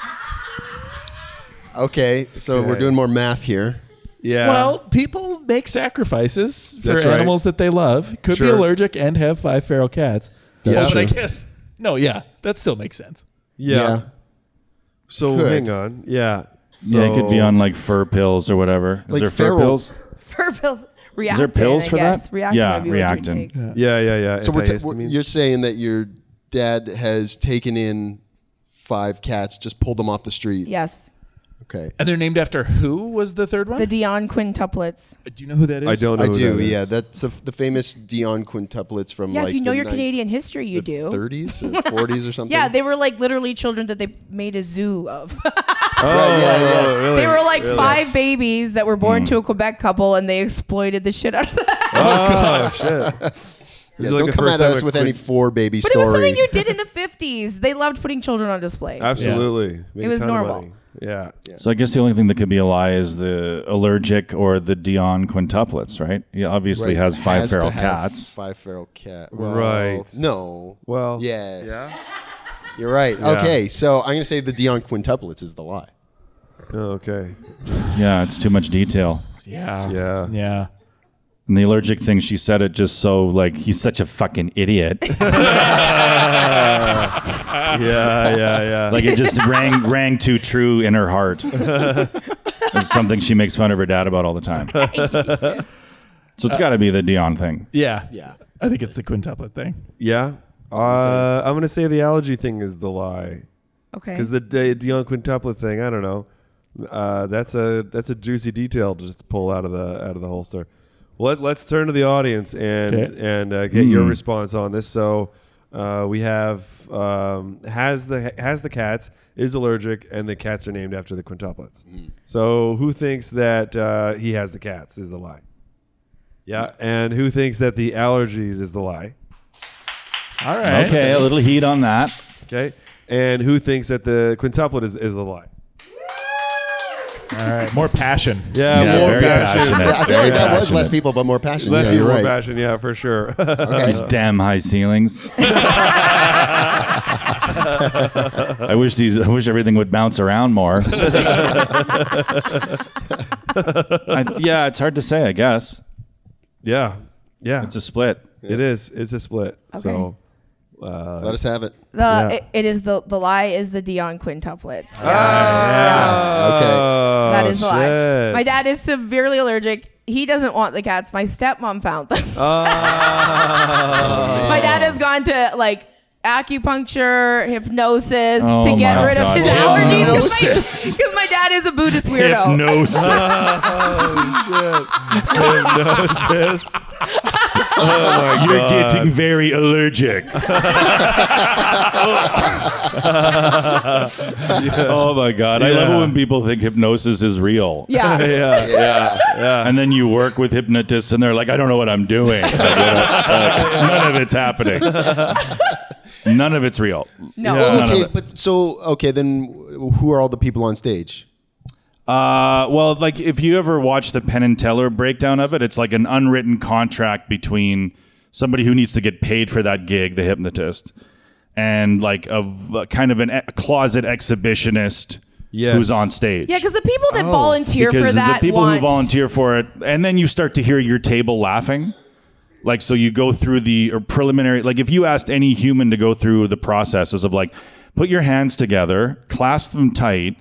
S6: Okay, so we're doing more math here.
S3: Yeah.
S4: Well, people make sacrifices for
S3: That's right.
S4: animals that they love. Could be
S3: Sure.
S4: allergic and have five feral cats.
S6: That's
S4: Oh, but I
S6: true.
S4: guess no. Yeah, that still makes sense.
S3: yeah.
S6: yeah.
S3: So
S6: Could.
S3: hang on. Yeah. So,
S5: yeah, it could be on like fur pills or whatever. Is
S6: Like
S5: there fur
S6: feral-
S5: pills?
S7: Fur pills. Reactin,
S5: Is there pills
S7: I
S5: for
S7: guess.
S5: that?
S7: Reactin
S5: Yeah,
S7: would be what you
S5: Reactin.
S7: take.
S3: Yeah, yeah, yeah.
S6: So we're ta- we're-
S3: Antihistamines.
S6: you're saying that your dad has taken in five cats, just pulled them off the street.
S7: Yes,
S6: Okay.
S4: And they're named after who was the third one? Uh,
S7: the Dion quintuplets.
S4: Do you know who that is?
S3: I don't know.
S6: I
S3: who
S6: do.
S3: that is.
S6: yeah, that's the, the famous Dion quintuplets from
S7: Yeah,
S6: like
S7: if you know
S6: the
S7: your
S6: nin-
S7: Canadian history, you
S6: the
S7: do.
S6: 30s or 40s or something.
S7: Yeah, they were like literally children that they made a zoo of.
S3: Oh, yeah,
S6: yeah.
S7: they were like five babies that were
S5: Mm.
S7: born to a Quebec couple, and they exploited the shit out of them.
S3: Oh shit.
S6: Yeah,
S3: This is like
S6: don't
S3: the
S6: come
S3: first
S6: at
S3: time
S6: us
S3: I
S6: with
S3: quit-
S6: any four baby
S7: But
S6: story.
S7: it was something you did in the fifties. They loved putting children on display.
S3: Absolutely. Make a
S7: was
S3: ton of
S7: normal.
S3: money. Yeah.
S5: So I guess the only thing that could be a lie is the allergic or the Dion quintuplets, right? He obviously
S6: Right,
S5: has five
S6: to
S5: feral
S6: have
S5: cats.
S6: Five feral cat.
S3: Right.
S6: No.
S3: Well,
S6: Yes. You're right. Okay, so I'm gonna say the Dion quintuplets is the lie.
S3: Oh, okay.
S5: Yeah, it's too much detail.
S4: Yeah.
S3: Yeah.
S4: Yeah.
S5: And the allergic thing, she said it just so like he's such a fucking idiot.
S3: yeah, yeah, yeah.
S5: Like it just rang rang too true in her heart. it's something she makes fun of her dad about all the time. So it's got to be the Dion thing.
S4: Yeah.
S6: Yeah.
S4: I think it's the quintuplet thing.
S3: yeah. Uh, I'm gonna say the allergy thing is the lie
S7: Okay.
S3: because the De- Dion quintuplet thing. I don't know. Uh, that's a that's a juicy detail to just pull out of the out of the holster. Let Let's turn to the audience and
S4: Okay.
S3: and uh, get your
S5: Hmm.
S3: response on this. So. Uh, we have um, has the has the cats is allergic and the cats are named after the quintuplets. So who thinks that uh, he has the cats is the lie? Yeah, and who thinks that the allergies is the lie?
S4: All right.
S5: Okay, a little heat on that.
S3: Okay. And who thinks that the quintuplet is, is a lie?
S4: All right. More passion.
S3: Yeah,
S5: Yeah,
S3: more
S5: very
S3: passion.
S5: passionate.
S6: Yeah, I feel
S5: Very
S6: like that was less
S5: passionate.
S6: people, but more passion.
S3: Less
S6: yeah,
S3: people,
S6: you're
S3: more
S6: right.
S3: passion. Yeah, for sure.
S5: These damn high ceilings. I wish these. I wish everything would bounce around more. I, yeah, it's hard to say. I guess
S3: yeah. Yeah.
S5: it's a split.
S3: it is. It's a split. So,
S6: Let us have it.
S7: the
S3: yeah.
S7: it, it is the the lie is the Dion quintuplets.
S3: Uh,
S6: Okay.
S3: Oh,
S7: that is the lie.
S3: shit.
S7: My dad is severely allergic. He doesn't want the cats. My stepmom found them.
S3: Oh.
S7: My dad has gone to like acupuncture, hypnosis
S5: Oh
S7: to get
S5: my
S7: rid
S5: God.
S7: of his allergies.
S6: Hypnosis.
S7: Because my, dad is a Buddhist weirdo.
S5: Hypnosis.
S3: Hypnosis.
S5: You're getting very allergic. Oh my god! I love
S3: Yeah.
S5: it when people think hypnosis is real.
S7: Yeah.
S3: yeah.
S5: And then you work with hypnotists, and they're like, I don't know what I'm doing. Like, none of it's happening. None of it's real.
S7: No.
S3: Yeah.
S5: None of
S6: Okay,
S5: it.
S6: but so okay, then who are all the people on stage?
S5: Uh, well, like if you ever watch the Penn and Teller breakdown of it, it's like an unwritten contract between somebody who needs to get paid for that gig, the hypnotist, and like a v- kind of an e- closet exhibitionist
S3: Yes.
S5: who's on stage.
S7: Yeah, because the people that volunteer
S5: because
S7: for that
S5: the people
S7: want,
S5: who volunteer for it and then you start to hear your table laughing like so you go through the or preliminary like if you asked any human to go through the processes of like put your hands together clasp them tight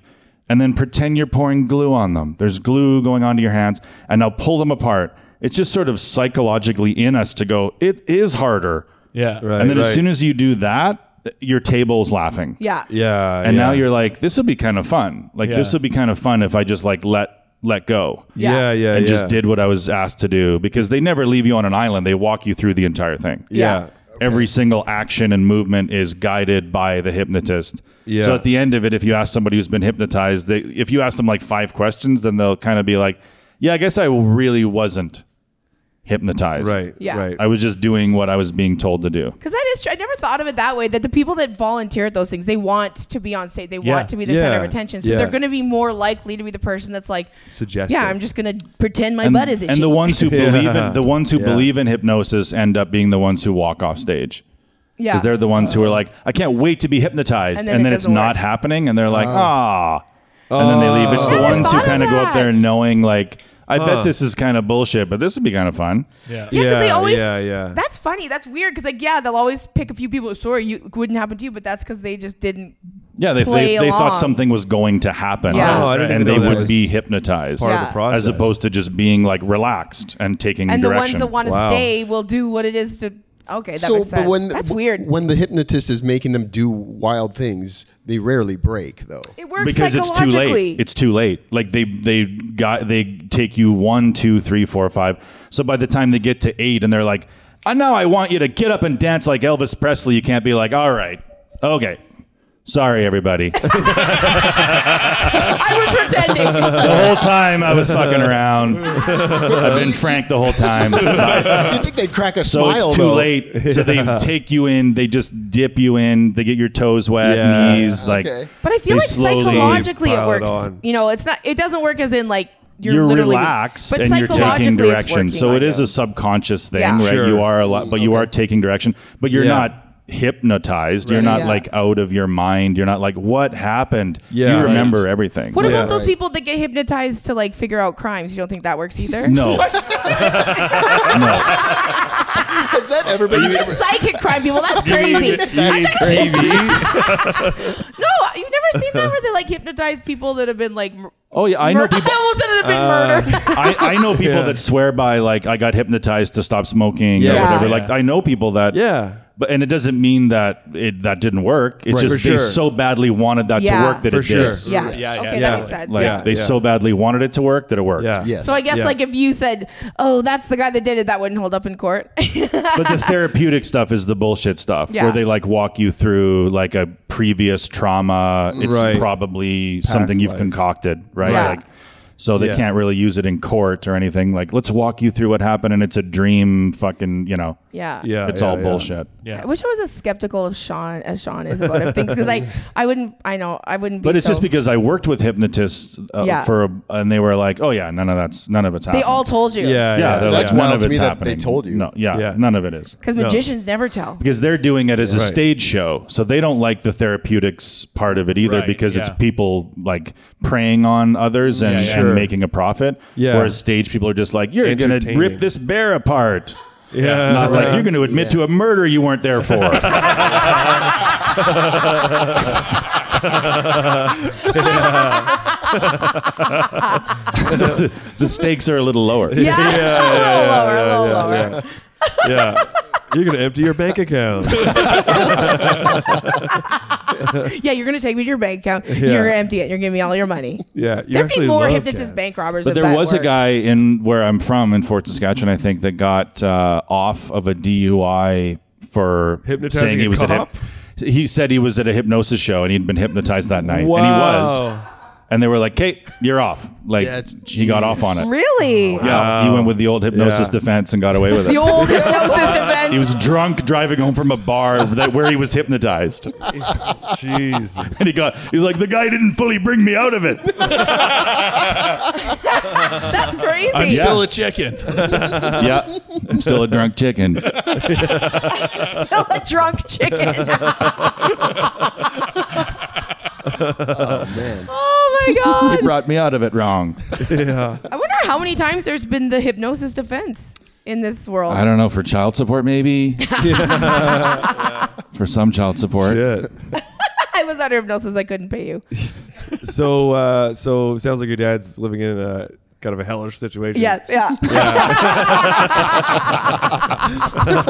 S5: and then pretend you're pouring glue on them there's glue going onto your hands and now pull them apart it's just sort of psychologically in us to go it is harder
S4: Yeah.
S3: Right,
S5: and then
S3: right.
S5: as soon as you do that your table's laughing
S7: Yeah.
S3: Yeah.
S5: and
S3: Uh, yeah.
S5: now you're like this will be kind of fun like
S4: Yeah.
S5: this will be kind of fun if i just like let let go
S3: Yeah, yeah, yeah.
S5: and just did what i was asked to do because they never leave you on an island they walk you through the entire thing
S3: Yeah.
S5: every single action and movement is guided by the hypnotist
S3: Yeah.
S5: so at the end of it if you ask somebody who's been hypnotized they, if you ask them like five questions then they'll kind of be like yeah i guess i really wasn't hypnotized
S3: Right.
S7: Yeah.
S3: Right.
S5: i was just doing what i was being told to do
S7: Because that is true. I never thought of it that way. That the people that volunteer at those things, they want to be on stage. They
S4: Yeah.
S7: want to be the center
S3: Yeah.
S7: of attention. So
S3: Yeah.
S7: they're going to be more likely to be the person that's like,
S3: Suggestive.
S7: yeah, I'm just going to pretend my butt is itchy.
S5: the ones who
S3: Yeah.
S5: believe in the ones who
S3: Yeah.
S5: believe in hypnosis end up being the ones who walk off stage
S7: yeah.
S5: because they're the ones who are like, I can't wait to be hypnotized,
S7: And
S5: and
S7: then
S5: then,
S7: it
S5: it's
S7: doesn't
S5: not
S7: work.
S5: happening, and they're like,
S3: Oh.
S5: ah, and then they leave. It's the
S7: never
S5: ones who
S7: thought of
S5: kind of go up
S7: that.
S5: there knowing like, I
S3: Huh.
S5: bet this is kind of bullshit, but this would be kind of fun.
S4: Yeah.
S7: Yeah, because they
S3: Yeah,
S7: always.
S3: yeah, yeah.
S7: That's funny. That's weird. Because like, yeah, they'll always pick a few people. Sorry, you it wouldn't happen to you, but that's because they just didn't.
S5: Yeah, they
S7: Play
S5: they, they
S7: along.
S5: thought something was going to happen,
S7: Yeah. Oh, I
S3: didn't
S5: and
S3: even
S5: they
S3: know that
S5: would
S3: was
S5: be hypnotized,
S3: Part
S7: Yeah.
S3: of the process.
S5: as opposed to just being like relaxed and taking
S7: And
S5: direction.
S7: the ones that want to
S3: Wow.
S7: stay will do what it is to. Okay, that makes sense. that's weird.
S6: When the hypnotist is making them do wild things, they rarely break though.
S7: it works
S5: because it's too
S7: psychologically.
S5: late. It's too late. Like they they got they take you one, two, three, four, five. So by the time they get to eight, and they're like, "I know I want you to get up and dance like Elvis Presley," you can't be like, "All right, okay." Sorry, everybody. the
S7: I was pretending.
S5: whole time I was fucking around. I've been Frank the whole time.
S6: you think they'd crack a
S5: So
S6: smile?
S5: it's too
S6: though.
S5: late. So they take you in. They just dip you in. They get your toes wet,
S3: Yeah.
S5: knees, like.
S6: Okay.
S7: But I feel
S5: They
S7: like
S5: slowly
S7: psychologically it
S3: pile it
S7: works.
S3: on.
S7: you know, it's not. It doesn't work as in like you're,
S5: you're,
S7: literally
S5: relaxed
S7: but
S5: and you're taking
S7: psychologically it's
S5: direction.
S7: working
S5: So
S7: on
S5: it is
S7: you.
S5: a subconscious thing,
S7: Yeah.
S5: right?
S3: Sure.
S5: You are a lot, but you are taking direction, but you're
S3: Yeah.
S5: not hypnotized. You're
S7: Right.
S5: not
S7: Yeah.
S5: like out of your mind. You're not like, what happened?
S3: Yeah.
S5: You remember
S6: Right.
S5: everything.
S7: What
S3: Yeah.
S7: about those people that get hypnotized to like figure out crimes? You don't think that works either?
S5: no.
S6: Has that ever
S7: What
S6: been?
S7: about the psychic crime people? That's crazy. That's No, you've never seen that where they like hypnotize people that have been like. mur-
S5: Oh, yeah, I know
S7: mur-
S5: people- Uh,
S7: I almost said have been murdered.
S5: I, I know people that swear by like I got hypnotized to stop smoking
S3: Yeah.
S5: or whatever.
S3: Yeah.
S5: Like I know people that
S3: Yeah.
S5: but and it doesn't mean that it that didn't work. It's
S3: Right.
S5: just
S3: For
S5: they
S3: sure.
S5: so badly wanted that
S7: Yeah.
S5: to work that
S3: For
S5: it
S3: sure.
S5: did.
S7: yes.
S4: Yeah, yeah,
S7: okay,
S4: yeah.
S7: that makes sense.
S5: Like
S7: yeah.
S5: they
S3: Yeah.
S5: so badly wanted it to work that it worked.
S3: Yeah.
S6: Yes.
S7: So I guess
S3: Yeah.
S7: like if you said, "Oh, that's the guy that did it," that wouldn't hold up in court.
S5: But the therapeutic stuff is the bullshit stuff
S7: Yeah.
S5: where they like walk you through like a previous trauma. It's
S3: Right.
S5: probably something you've
S3: life.
S5: concocted, right?
S7: Yeah.
S5: Like so they
S3: Yeah.
S5: can't really use it in court or anything. Like let's walk you through what happened and it's a dream fucking, you know.
S7: yeah.
S3: Yeah.
S5: It's
S3: yeah,
S5: all
S3: yeah.
S5: bullshit.
S7: I wish I was as skeptical of Sean as Sean is about him things because like I wouldn't. I know I wouldn't. Be
S5: But it's
S7: so-
S5: just because I worked with hypnotists uh,
S7: Yeah.
S5: for a, and they were like, "Oh yeah, none of that's none of it's
S7: they
S5: happening."
S7: all told you.
S3: Yeah.
S5: yeah,
S3: yeah.
S5: they're
S6: That's
S5: like, none
S6: wild
S5: of
S6: to
S5: it's
S6: me that
S5: happening.
S6: they told you.
S5: No, yeah,
S3: Yeah.
S5: none of it is.
S7: Because magicians never tell.
S5: Because they're doing it as a
S3: Right.
S5: stage show, so they don't like the therapeutics part of it either,
S4: Right,
S5: because it's
S4: yeah.
S5: people like preying on others and,
S4: Yeah, yeah.
S5: and
S3: Sure.
S5: making a profit.
S3: Yeah.
S5: Whereas stage people are just like, "You're gonna
S3: Entertaining.
S5: rip this bear apart."
S3: Yeah.
S5: Not like you're going to admit to a murder you weren't there for. so the, the stakes are a little lower.
S7: Yeah, a little lower, a little lower.
S3: yeah. You're gonna empty your bank account.
S7: Yeah, you're gonna take me to your bank account. You're gonna empty it. You're giving me all your money.
S3: Yeah, you
S7: There'd
S3: actually
S7: be more
S3: love
S7: hypnotist
S3: cats.
S7: bank robbers.
S5: But
S7: if
S5: there
S7: that
S5: was
S7: worked.
S5: a guy in where I'm from in Fort Saskatchewan, I think, that got uh, off of a DUI for
S3: Hypnotizing
S5: saying he
S3: a
S5: was at
S3: cop?
S5: a, he said he was at a hypnosis show and he'd been hypnotized that night, and he was.
S3: Wow.
S5: And they were like, "Kate, you're off." Like
S6: That's
S5: he got off on it.
S7: Really?
S5: Oh, Yeah, he went with the old hypnosis
S3: Yeah.
S5: defense and got away with
S7: The
S5: it.
S7: old hypnosis defense.
S5: He was drunk driving home from a bar that where he was hypnotized, and
S3: Jesus.
S5: he got he's like, "The guy didn't fully bring me out of it."
S7: That's crazy.
S5: Yeah.
S4: Still a chicken.
S5: yeah, I'm still a drunk chicken.
S7: Still a drunk chicken. oh my god!
S5: Brought me out of it wrong.
S7: I wonder how many times there's been the hypnosis defense in this world.
S5: I don't know for child support, maybe. for some child support.
S3: Shit.
S7: I was under hypnosis. I couldn't pay you.
S3: So, uh, so sounds like your dad's living in a kind of a hellish situation.
S7: Yes. Yeah.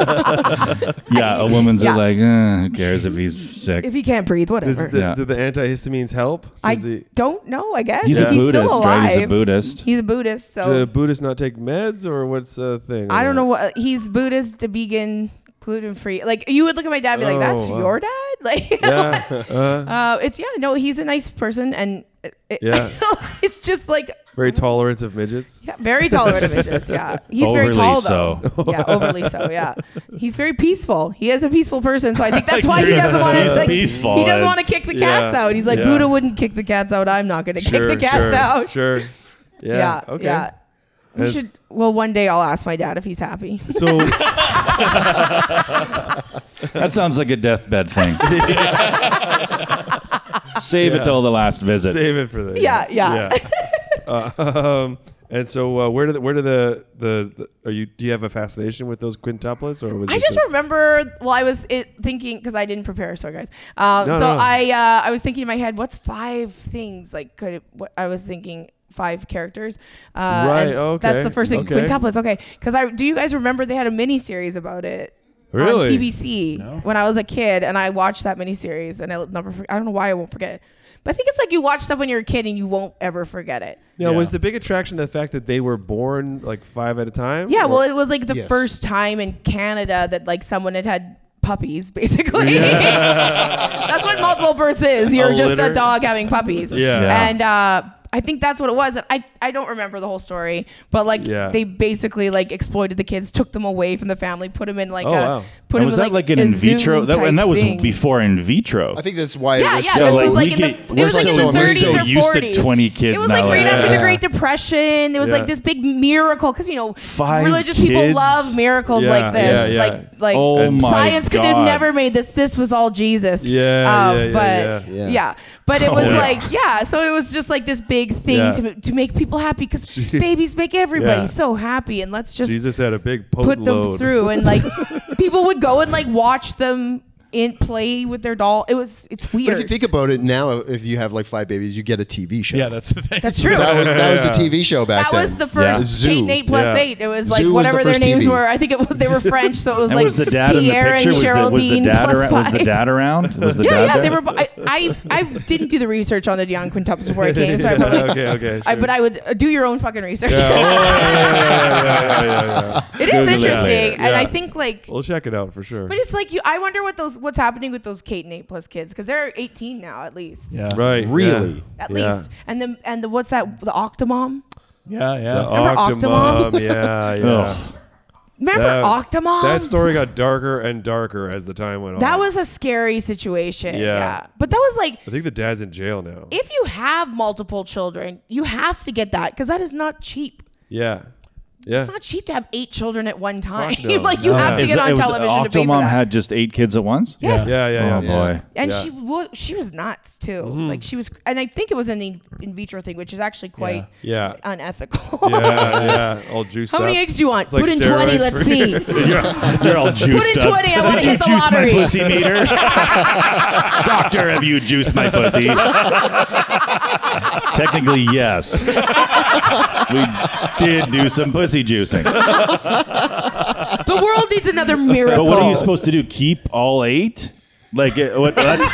S5: Yeah, a woman's
S7: Yeah.
S5: like, eh, who cares if he's sick?
S7: If he can't breathe,
S3: Does
S7: whatever.
S3: the,
S5: Yeah.
S3: Did the antihistamines help?
S7: I
S3: Does he,
S7: don't know. I guess
S5: he's
S7: If
S5: a
S7: he's
S5: Buddhist,
S7: still alive.
S5: right? He's a Buddhist.
S7: He's a Buddhist, so
S3: do Buddhists not take meds, or what's the thing?
S7: I don't know what uh, he's Buddhist, to vegan, gluten free. Like you would look at my dad and be like, "That's
S3: Oh, wow.
S7: your dad." Like,
S3: Yeah. Uh,
S7: uh, it's yeah, no, he's a nice person, and it, it-
S3: Yeah.
S7: it's just like
S3: very tolerant of midgets.
S7: yeah, very tolerant of midgets. Yeah, he's very
S5: Overly
S7: tall
S5: so.
S7: though. yeah, overly so. Yeah, he's very peaceful. He is a peaceful person, so I think that's why he
S5: He's-
S7: doesn't want
S5: he's
S7: to. Like,
S5: peaceful
S7: He doesn't want to
S5: as-
S7: kick the cats
S3: Yeah.
S7: out. He's like
S3: Yeah.
S7: Buddha wouldn't kick the cats out. I'm not going to
S3: Sure,
S7: kick the cats
S3: sure,
S7: out.
S3: Sure.
S7: Yeah.
S3: Yeah. okay.
S7: yeah. We
S3: That's-
S7: should. Well, one day I'll ask my dad if he's happy.
S3: So,
S5: That sounds like a deathbed thing. Save it till the last visit.
S3: save it for the
S7: Yeah, yeah.
S3: Uh, um, and so, uh, where do the, where do the, the the are you? Do you have a fascination with those quintuplets, or was
S7: I
S3: it
S7: just remember. Well, I was it, thinking because I didn't prepare. Sorry, guys. Um,
S3: No,
S7: so
S3: no.
S7: I uh, I was thinking in my head, what's five things like could it, what I was thinking five characters. Uh,
S3: Right,
S7: and That's
S3: okay,
S7: the first thing.
S3: okay.
S7: Quintuplets. Okay. Because I do you guys remember they had a mini series about it.
S3: Really?
S7: On CBC when I was a kid, and I watched that miniseries, and I'll never. For, I don't know why I won't forget it, but I think it's like you watch stuff when you're a kid, and you won't ever forget it.
S3: Now,
S4: Yeah.
S3: was the big attraction the fact that they were born like five at a time?
S7: Yeah,
S3: Or-
S7: well, it was like the
S6: Yes.
S7: first time in Canada that like someone had had puppies, basically. that's what multiple births is. You're
S3: A
S7: just
S3: litter.
S7: a dog having puppies.
S3: Yeah.
S5: Yeah.
S7: And uh, I think that's what it was. And I I don't remember the whole story, but like
S3: Yeah.
S7: they basically like exploited the kids, took them away from the family, put them in like
S3: Oh,
S7: a
S3: wow.
S7: put
S5: And
S7: him
S5: was
S7: in,
S5: that like, an
S7: a
S5: in vitro?
S7: Zoom
S5: That, and
S7: type
S5: that was
S7: thing.
S5: before in vitro.
S6: I think that's why
S7: Yeah,
S6: it
S7: yeah.
S6: was so.
S7: this was
S5: like,
S7: like in
S5: we
S7: the
S5: get-
S7: it
S5: we're
S7: was like
S6: so-
S7: the
S6: we're
S7: 30s
S6: so
S7: or 40s.
S5: used to 20 kids
S7: It was
S5: now,
S7: like right
S5: like,
S7: after the
S5: yeah.
S7: Great Depression. There was
S3: Yeah.
S7: like this big miracle because you know
S5: Five
S7: religious
S5: kids?
S7: people love miracles
S3: Yeah,
S7: like this.
S3: yeah, yeah.
S7: Like like
S5: Oh
S3: And-
S5: my
S7: science could have
S5: God.
S7: never made this. This was all Jesus. Uh,
S3: Yeah, yeah, yeah,
S7: but
S6: yeah. Yeah.
S7: but it was
S5: Yeah.
S7: like yeah. So it was just like this big thing
S3: Yeah.
S7: to to make people happy because babies make everybody
S3: Yeah.
S7: so happy, and let's just
S3: Jesus had a big potent
S7: put them
S3: load.
S7: through and like people would go and like watch them in play with their doll it was it's weird
S6: But if you think about it now, if you have like five babies, you get a TV show.
S4: Yeah, that's the thing.
S7: that's true
S6: that
S7: that
S6: was
S7: was,
S6: that was a TV show back then.
S5: Yeah.
S7: the first
S6: Zoo.
S7: eight and eight plus
S3: Yeah.
S7: eight it was like
S6: Zoo was
S7: whatever
S6: the
S7: their
S6: first
S7: names
S6: TV.
S7: were i think it was they were french so it was
S5: and
S7: like
S5: was the dad in the picture?
S7: pierre and
S5: Was the, was the
S7: geraldine
S5: dad
S7: plus
S5: around? Was the
S7: five.
S5: dad around? Was the
S7: yeah,
S5: dad
S7: yeah,
S5: there?
S7: they were. bo- I, I, I didn't do the research on the Dion Quintups before I came, so I probably,
S3: okay, okay.
S7: I,
S3: sure.
S7: but I would uh, do your own fucking research.
S3: Yeah, oh, yeah, yeah, yeah, yeah, yeah, yeah.
S7: it is
S5: Google it.
S7: interesting, and
S3: Yeah.
S7: I think like
S3: We'll check it out for sure.
S7: But it's like you. I wonder what those what's happening with those Kate and eight plus kids because they're eighteen now at least.
S4: Yeah.
S3: right.
S6: Really?
S3: yeah.
S7: At
S3: Yeah.
S7: least, and the and the what's that? The Octomom.
S4: Yeah, yeah.
S3: The
S7: Remember
S3: Octomom.
S7: Octomom?
S3: yeah, yeah.
S5: Ugh.
S7: Remember
S3: That-
S7: Octomom?
S3: That story got darker and darker as the time went on.
S7: That was a scary situation.
S3: Yeah.
S7: Yeah. But that was like,
S3: I think the dad's in jail now.
S7: if you have multiple children, you have to get that because that is not cheap.
S3: yeah. Yeah.
S7: It's not cheap to have eight children at one time.
S3: no.
S7: like you
S3: No.
S7: have to
S5: Is
S7: get
S5: it-
S7: on
S5: it was-
S7: television to pay for
S5: Octomom
S7: that.
S5: had just eight kids at once.
S7: yes.
S3: Yeah, yeah, yeah.
S5: Oh boy.
S7: And
S3: Yeah. Mm-hmm.
S7: she wa- she was nuts too. Like she was, and I think it was an in, in vitro thing, which is actually quite
S3: Yeah.
S7: unethical.
S3: yeah, yeah. All juiced
S7: How
S3: up.
S7: many eggs do you want?
S3: like
S7: Put in 20.
S3: steroids
S7: Let's
S3: for-
S7: see.
S5: You're, you're all juiced
S7: in 20, I wanna
S5: Did you
S7: hit the
S5: juice
S7: lottery.
S5: my pussy meter? Doctor, have you juiced my pussy? Technically, yes. we did do some pussy juicing.
S7: the world needs another miracle.
S5: But what are you supposed to do? Keep all eight? Like it- what? That's,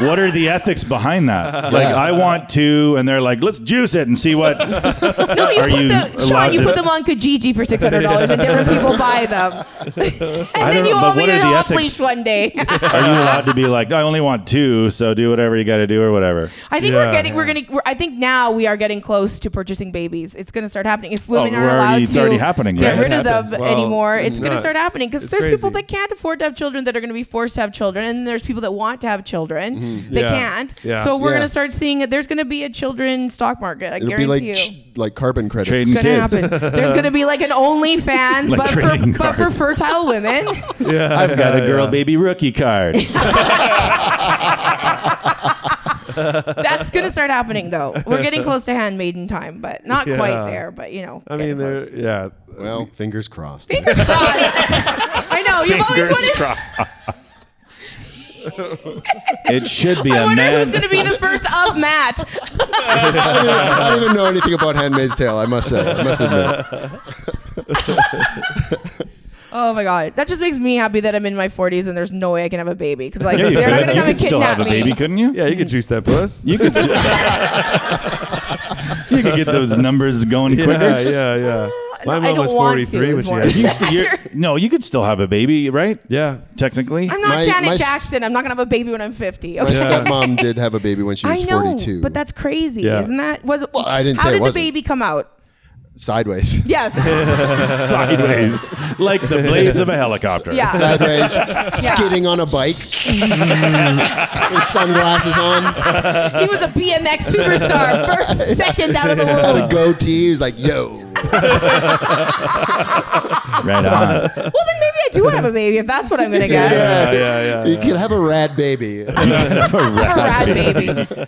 S5: what are the ethics behind that? Like
S6: Yeah.
S5: I want two, and they're like, let's juice it and see what.
S7: no, Oh, you
S5: are
S7: put
S5: you
S7: the, Sean,
S5: allowed
S7: you
S5: to-
S7: put them on Kijiji for six hundred dollars, and different people buy them.
S5: I
S7: and
S5: don't
S7: then you
S5: know, but
S7: all
S5: what
S7: meet
S5: are
S7: an
S5: the
S7: off
S5: ethics?
S7: leash one day.
S5: Are you allowed to be like, I only want two, so do whatever you got to do or whatever?
S7: I think
S3: Yeah.
S7: we're getting, we're gonna, we're, I think now we are getting close to purchasing babies. It's gonna start happening if women
S5: Oh, we're
S7: aren't
S5: already-
S7: allowed
S5: it's
S7: to
S5: already happening,
S7: get
S5: right?
S7: rid
S5: It
S7: of them
S3: happens. Well,
S7: anymore.
S3: it's
S7: It's gonna start
S3: nuts.
S7: happening because
S3: It's
S7: there's people
S3: crazy.
S7: that can't afford to have children that are gonna be forced to have children, and there's people that want to have children that
S3: Mm-hmm. Yeah.
S7: can't.
S3: Yeah.
S7: So we're
S6: Yeah.
S7: gonna start seeing it. There's gonna be a children stock market. I
S6: It'll be
S7: guarantee
S6: like
S7: you.
S6: ch- like carbon credits.
S5: Trading-
S7: It's gonna
S5: kids.
S7: happen. There's gonna be like an OnlyFans,
S5: Like
S7: but
S5: trading
S7: for but for
S5: cards.
S7: fertile women.
S3: Yeah,
S5: I've got
S3: yeah,
S5: a girl
S3: yeah.
S5: baby rookie card.
S7: That's gonna start happening though. We're getting close to handmaiden time, but not
S3: Yeah.
S7: quite there. But you know,
S3: I
S7: getting
S3: mean,
S7: close.
S3: there. Yeah.
S6: Well, fingers crossed.
S7: Fingers crossed. I know you've always wanted.
S5: It should be
S7: I
S5: a
S7: wonder
S5: man.
S7: who's going to be the first of Matt.
S6: I don't even know anything about Handmaid's Tale. I must say, I must admit.
S7: Oh my god, that just makes me happy that I'm in my 40s and there's no way I can have a baby because like
S5: yeah, you
S7: they're not
S5: could.
S7: going
S5: You
S7: to come and
S5: could still
S7: kidnap
S5: have a
S7: me.
S5: baby, couldn't you?
S3: Yeah, you could juice that puss.
S5: You could. ju- you could get those numbers going
S3: Yeah,
S5: quicker.
S3: yeah, yeah. My
S7: I
S3: mom
S7: don't
S3: was
S7: want to,
S3: 43 when
S7: is
S3: she
S7: more-
S3: had.
S5: You st- you're- no, you could still have a baby, right?
S3: Yeah.
S5: Technically.
S7: I'm not
S6: My-
S7: Janet
S6: my s-
S7: Jackson. I'm not going to have a baby when I'm 50.
S6: My
S7: Okay.
S6: stepmom did have a baby when she was
S7: I know,
S6: 42.
S7: but that's crazy,
S3: Yeah.
S7: isn't that? Was it, well,
S6: I didn't
S7: How
S6: say it
S7: did the
S6: wasn't.
S7: baby come out?
S6: sideways.
S7: Yes.
S5: sideways, like the blades of a helicopter.
S7: yeah.
S6: Sideways, skidding on a bike, with sunglasses on,
S7: He was a BMX superstar, first, second out of the
S6: had a
S7: world.
S6: goatee. He was like, "Yo,
S5: Right on.
S7: Well, then maybe I do want to have a baby if that's what I'm going to get.
S6: Yeah.
S3: yeah, yeah,
S6: you could have a rad baby."
S7: I'm a rad baby.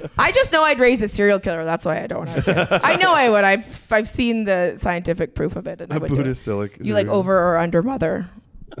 S7: I just know I'd raise a serial killer. That's why I don't have kids. I know I would. I've I've seen the scientific proof of it. And I
S3: A
S7: would do it.
S3: Buddhist silic.
S7: You like over or under mother?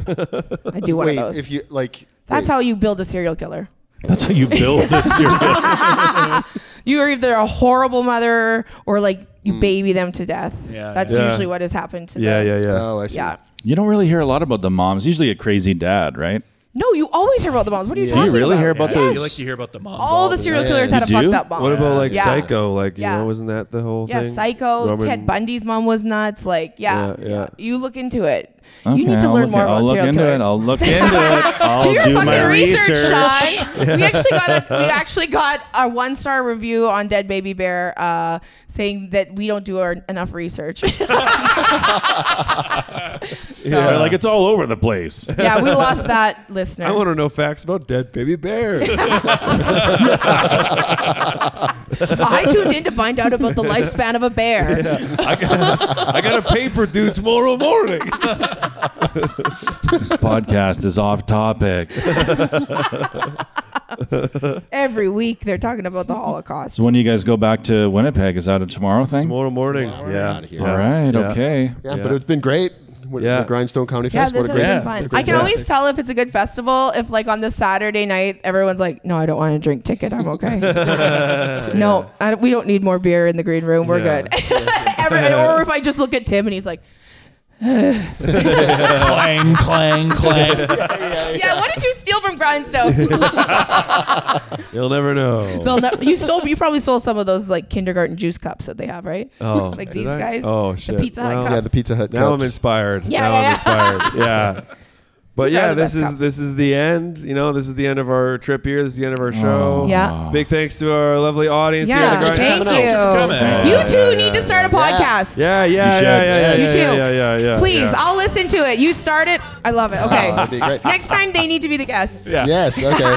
S7: I do one
S6: Wait,
S7: of those.
S6: if you like,
S7: That's
S6: wait,
S7: how you build a serial killer.
S5: That's how you build a serial.
S7: You are either a horrible mother or like you
S6: Mm.
S7: baby them to death.
S4: Yeah,
S7: That's
S3: yeah.
S7: usually what has happened to
S3: Yeah,
S7: them.
S3: yeah, yeah.
S6: Oh, I see.
S7: Yeah.
S5: You don't really hear a lot about the moms. Usually a crazy dad, right?
S7: No, you always hear about the moms. What are you
S6: Yeah. Do you
S7: talking about?
S5: really hear about
S4: Yeah,
S5: the-
S4: You like to hear about the moms.
S7: All the serial
S6: Yeah.
S7: killers had a
S5: You do?
S7: fucked up mom.
S3: What about like
S7: Yeah.
S3: Psycho? Like, you
S7: Yeah.
S3: know, wasn't that the whole
S7: Yeah,
S3: thing?
S7: psycho.
S3: Norman-
S7: Ted Bundy's mom was nuts. Like, yeah,
S3: Yeah, yeah.
S7: you look into it.
S5: Okay,
S7: you need to
S5: I'll
S7: learn
S5: look
S7: more
S5: in-
S7: about
S5: I'll look
S7: serial
S5: into
S7: killers.
S5: it. I'll look into it. I'll
S7: do your fucking
S5: my
S7: research, Sean. We actually got a we actually got a one star review on Dead Baby Bear uh, saying that we don't do our, enough research. So
S5: They're
S7: yeah,
S5: like, it's all over the place.
S7: we lost that listener.
S3: I want to know facts about dead baby bears.
S7: I tuned in to find out about the lifespan of a bear.
S3: I got, I got a paper due tomorrow morning.
S5: this podcast is off topic.
S7: Every week they're talking about the Holocaust.
S5: So when do you guys go back to Winnipeg? Is that a tomorrow thing?
S3: tomorrow morning.
S6: Tomorrow
S3: yeah.
S6: outta here.
S5: All right.
S3: Yeah.
S5: Okay.
S6: Yeah, but it's been great. What-
S3: Yeah.
S6: the Grindstone Comedy
S7: Yeah,
S6: Fest.
S7: this
S6: what a
S7: has
S6: great
S7: been
S4: Yeah.
S7: fun.
S6: great
S7: I can always
S6: fest.
S7: tell if it's a good festival if, like, on the Saturday night, everyone's like, "No, I don't want a drink ticket. I'm okay. no, I don't, we don't need more beer in the green room. We're
S3: Yeah.
S7: good." Every, or if I just look at Tim and he's like,
S4: clang, clang, clang.
S7: "Yeah, what did you steal from Grindstone?
S3: You'll never know.
S7: They'll never- you sold. You probably sold some of those like kindergarten juice cups that they have, right?
S3: Oh,
S7: like
S3: did
S7: these
S3: I?
S7: guys.
S3: Oh,
S7: The
S3: shit.
S7: Pizza Hut
S3: Well,
S7: cups.
S6: Yeah, the Pizza Hut.
S3: Now I'm
S6: cups.
S3: inspired.
S7: Yeah,
S3: now
S7: yeah,
S3: I'm inspired. yeah. But
S7: These are
S3: yeah,
S7: the
S3: this
S7: best
S3: is
S7: cups.
S3: this is the end. You know, this is the end of our trip here. This is the end of our show.
S7: Yeah.
S3: Big thanks to our lovely audience here. at the
S7: Yeah,
S3: Grind-
S7: thank
S6: Thank you for
S7: you.
S5: coming.
S7: You
S5: Yeah,
S7: two
S3: yeah,
S7: need
S3: yeah,
S7: to start a podcast.
S3: yeah, yeah,
S5: You
S3: yeah,
S5: should.
S3: yeah, yeah,
S6: You
S3: yeah,
S7: too.
S3: yeah, yeah, yeah.
S7: Please,
S3: Yeah.
S7: I'll listen to it. You start it. I love it.
S6: Oh, that'd be
S7: Okay.
S6: great.
S7: Next time they need to be the guests. Yeah.
S6: Yes. Okay.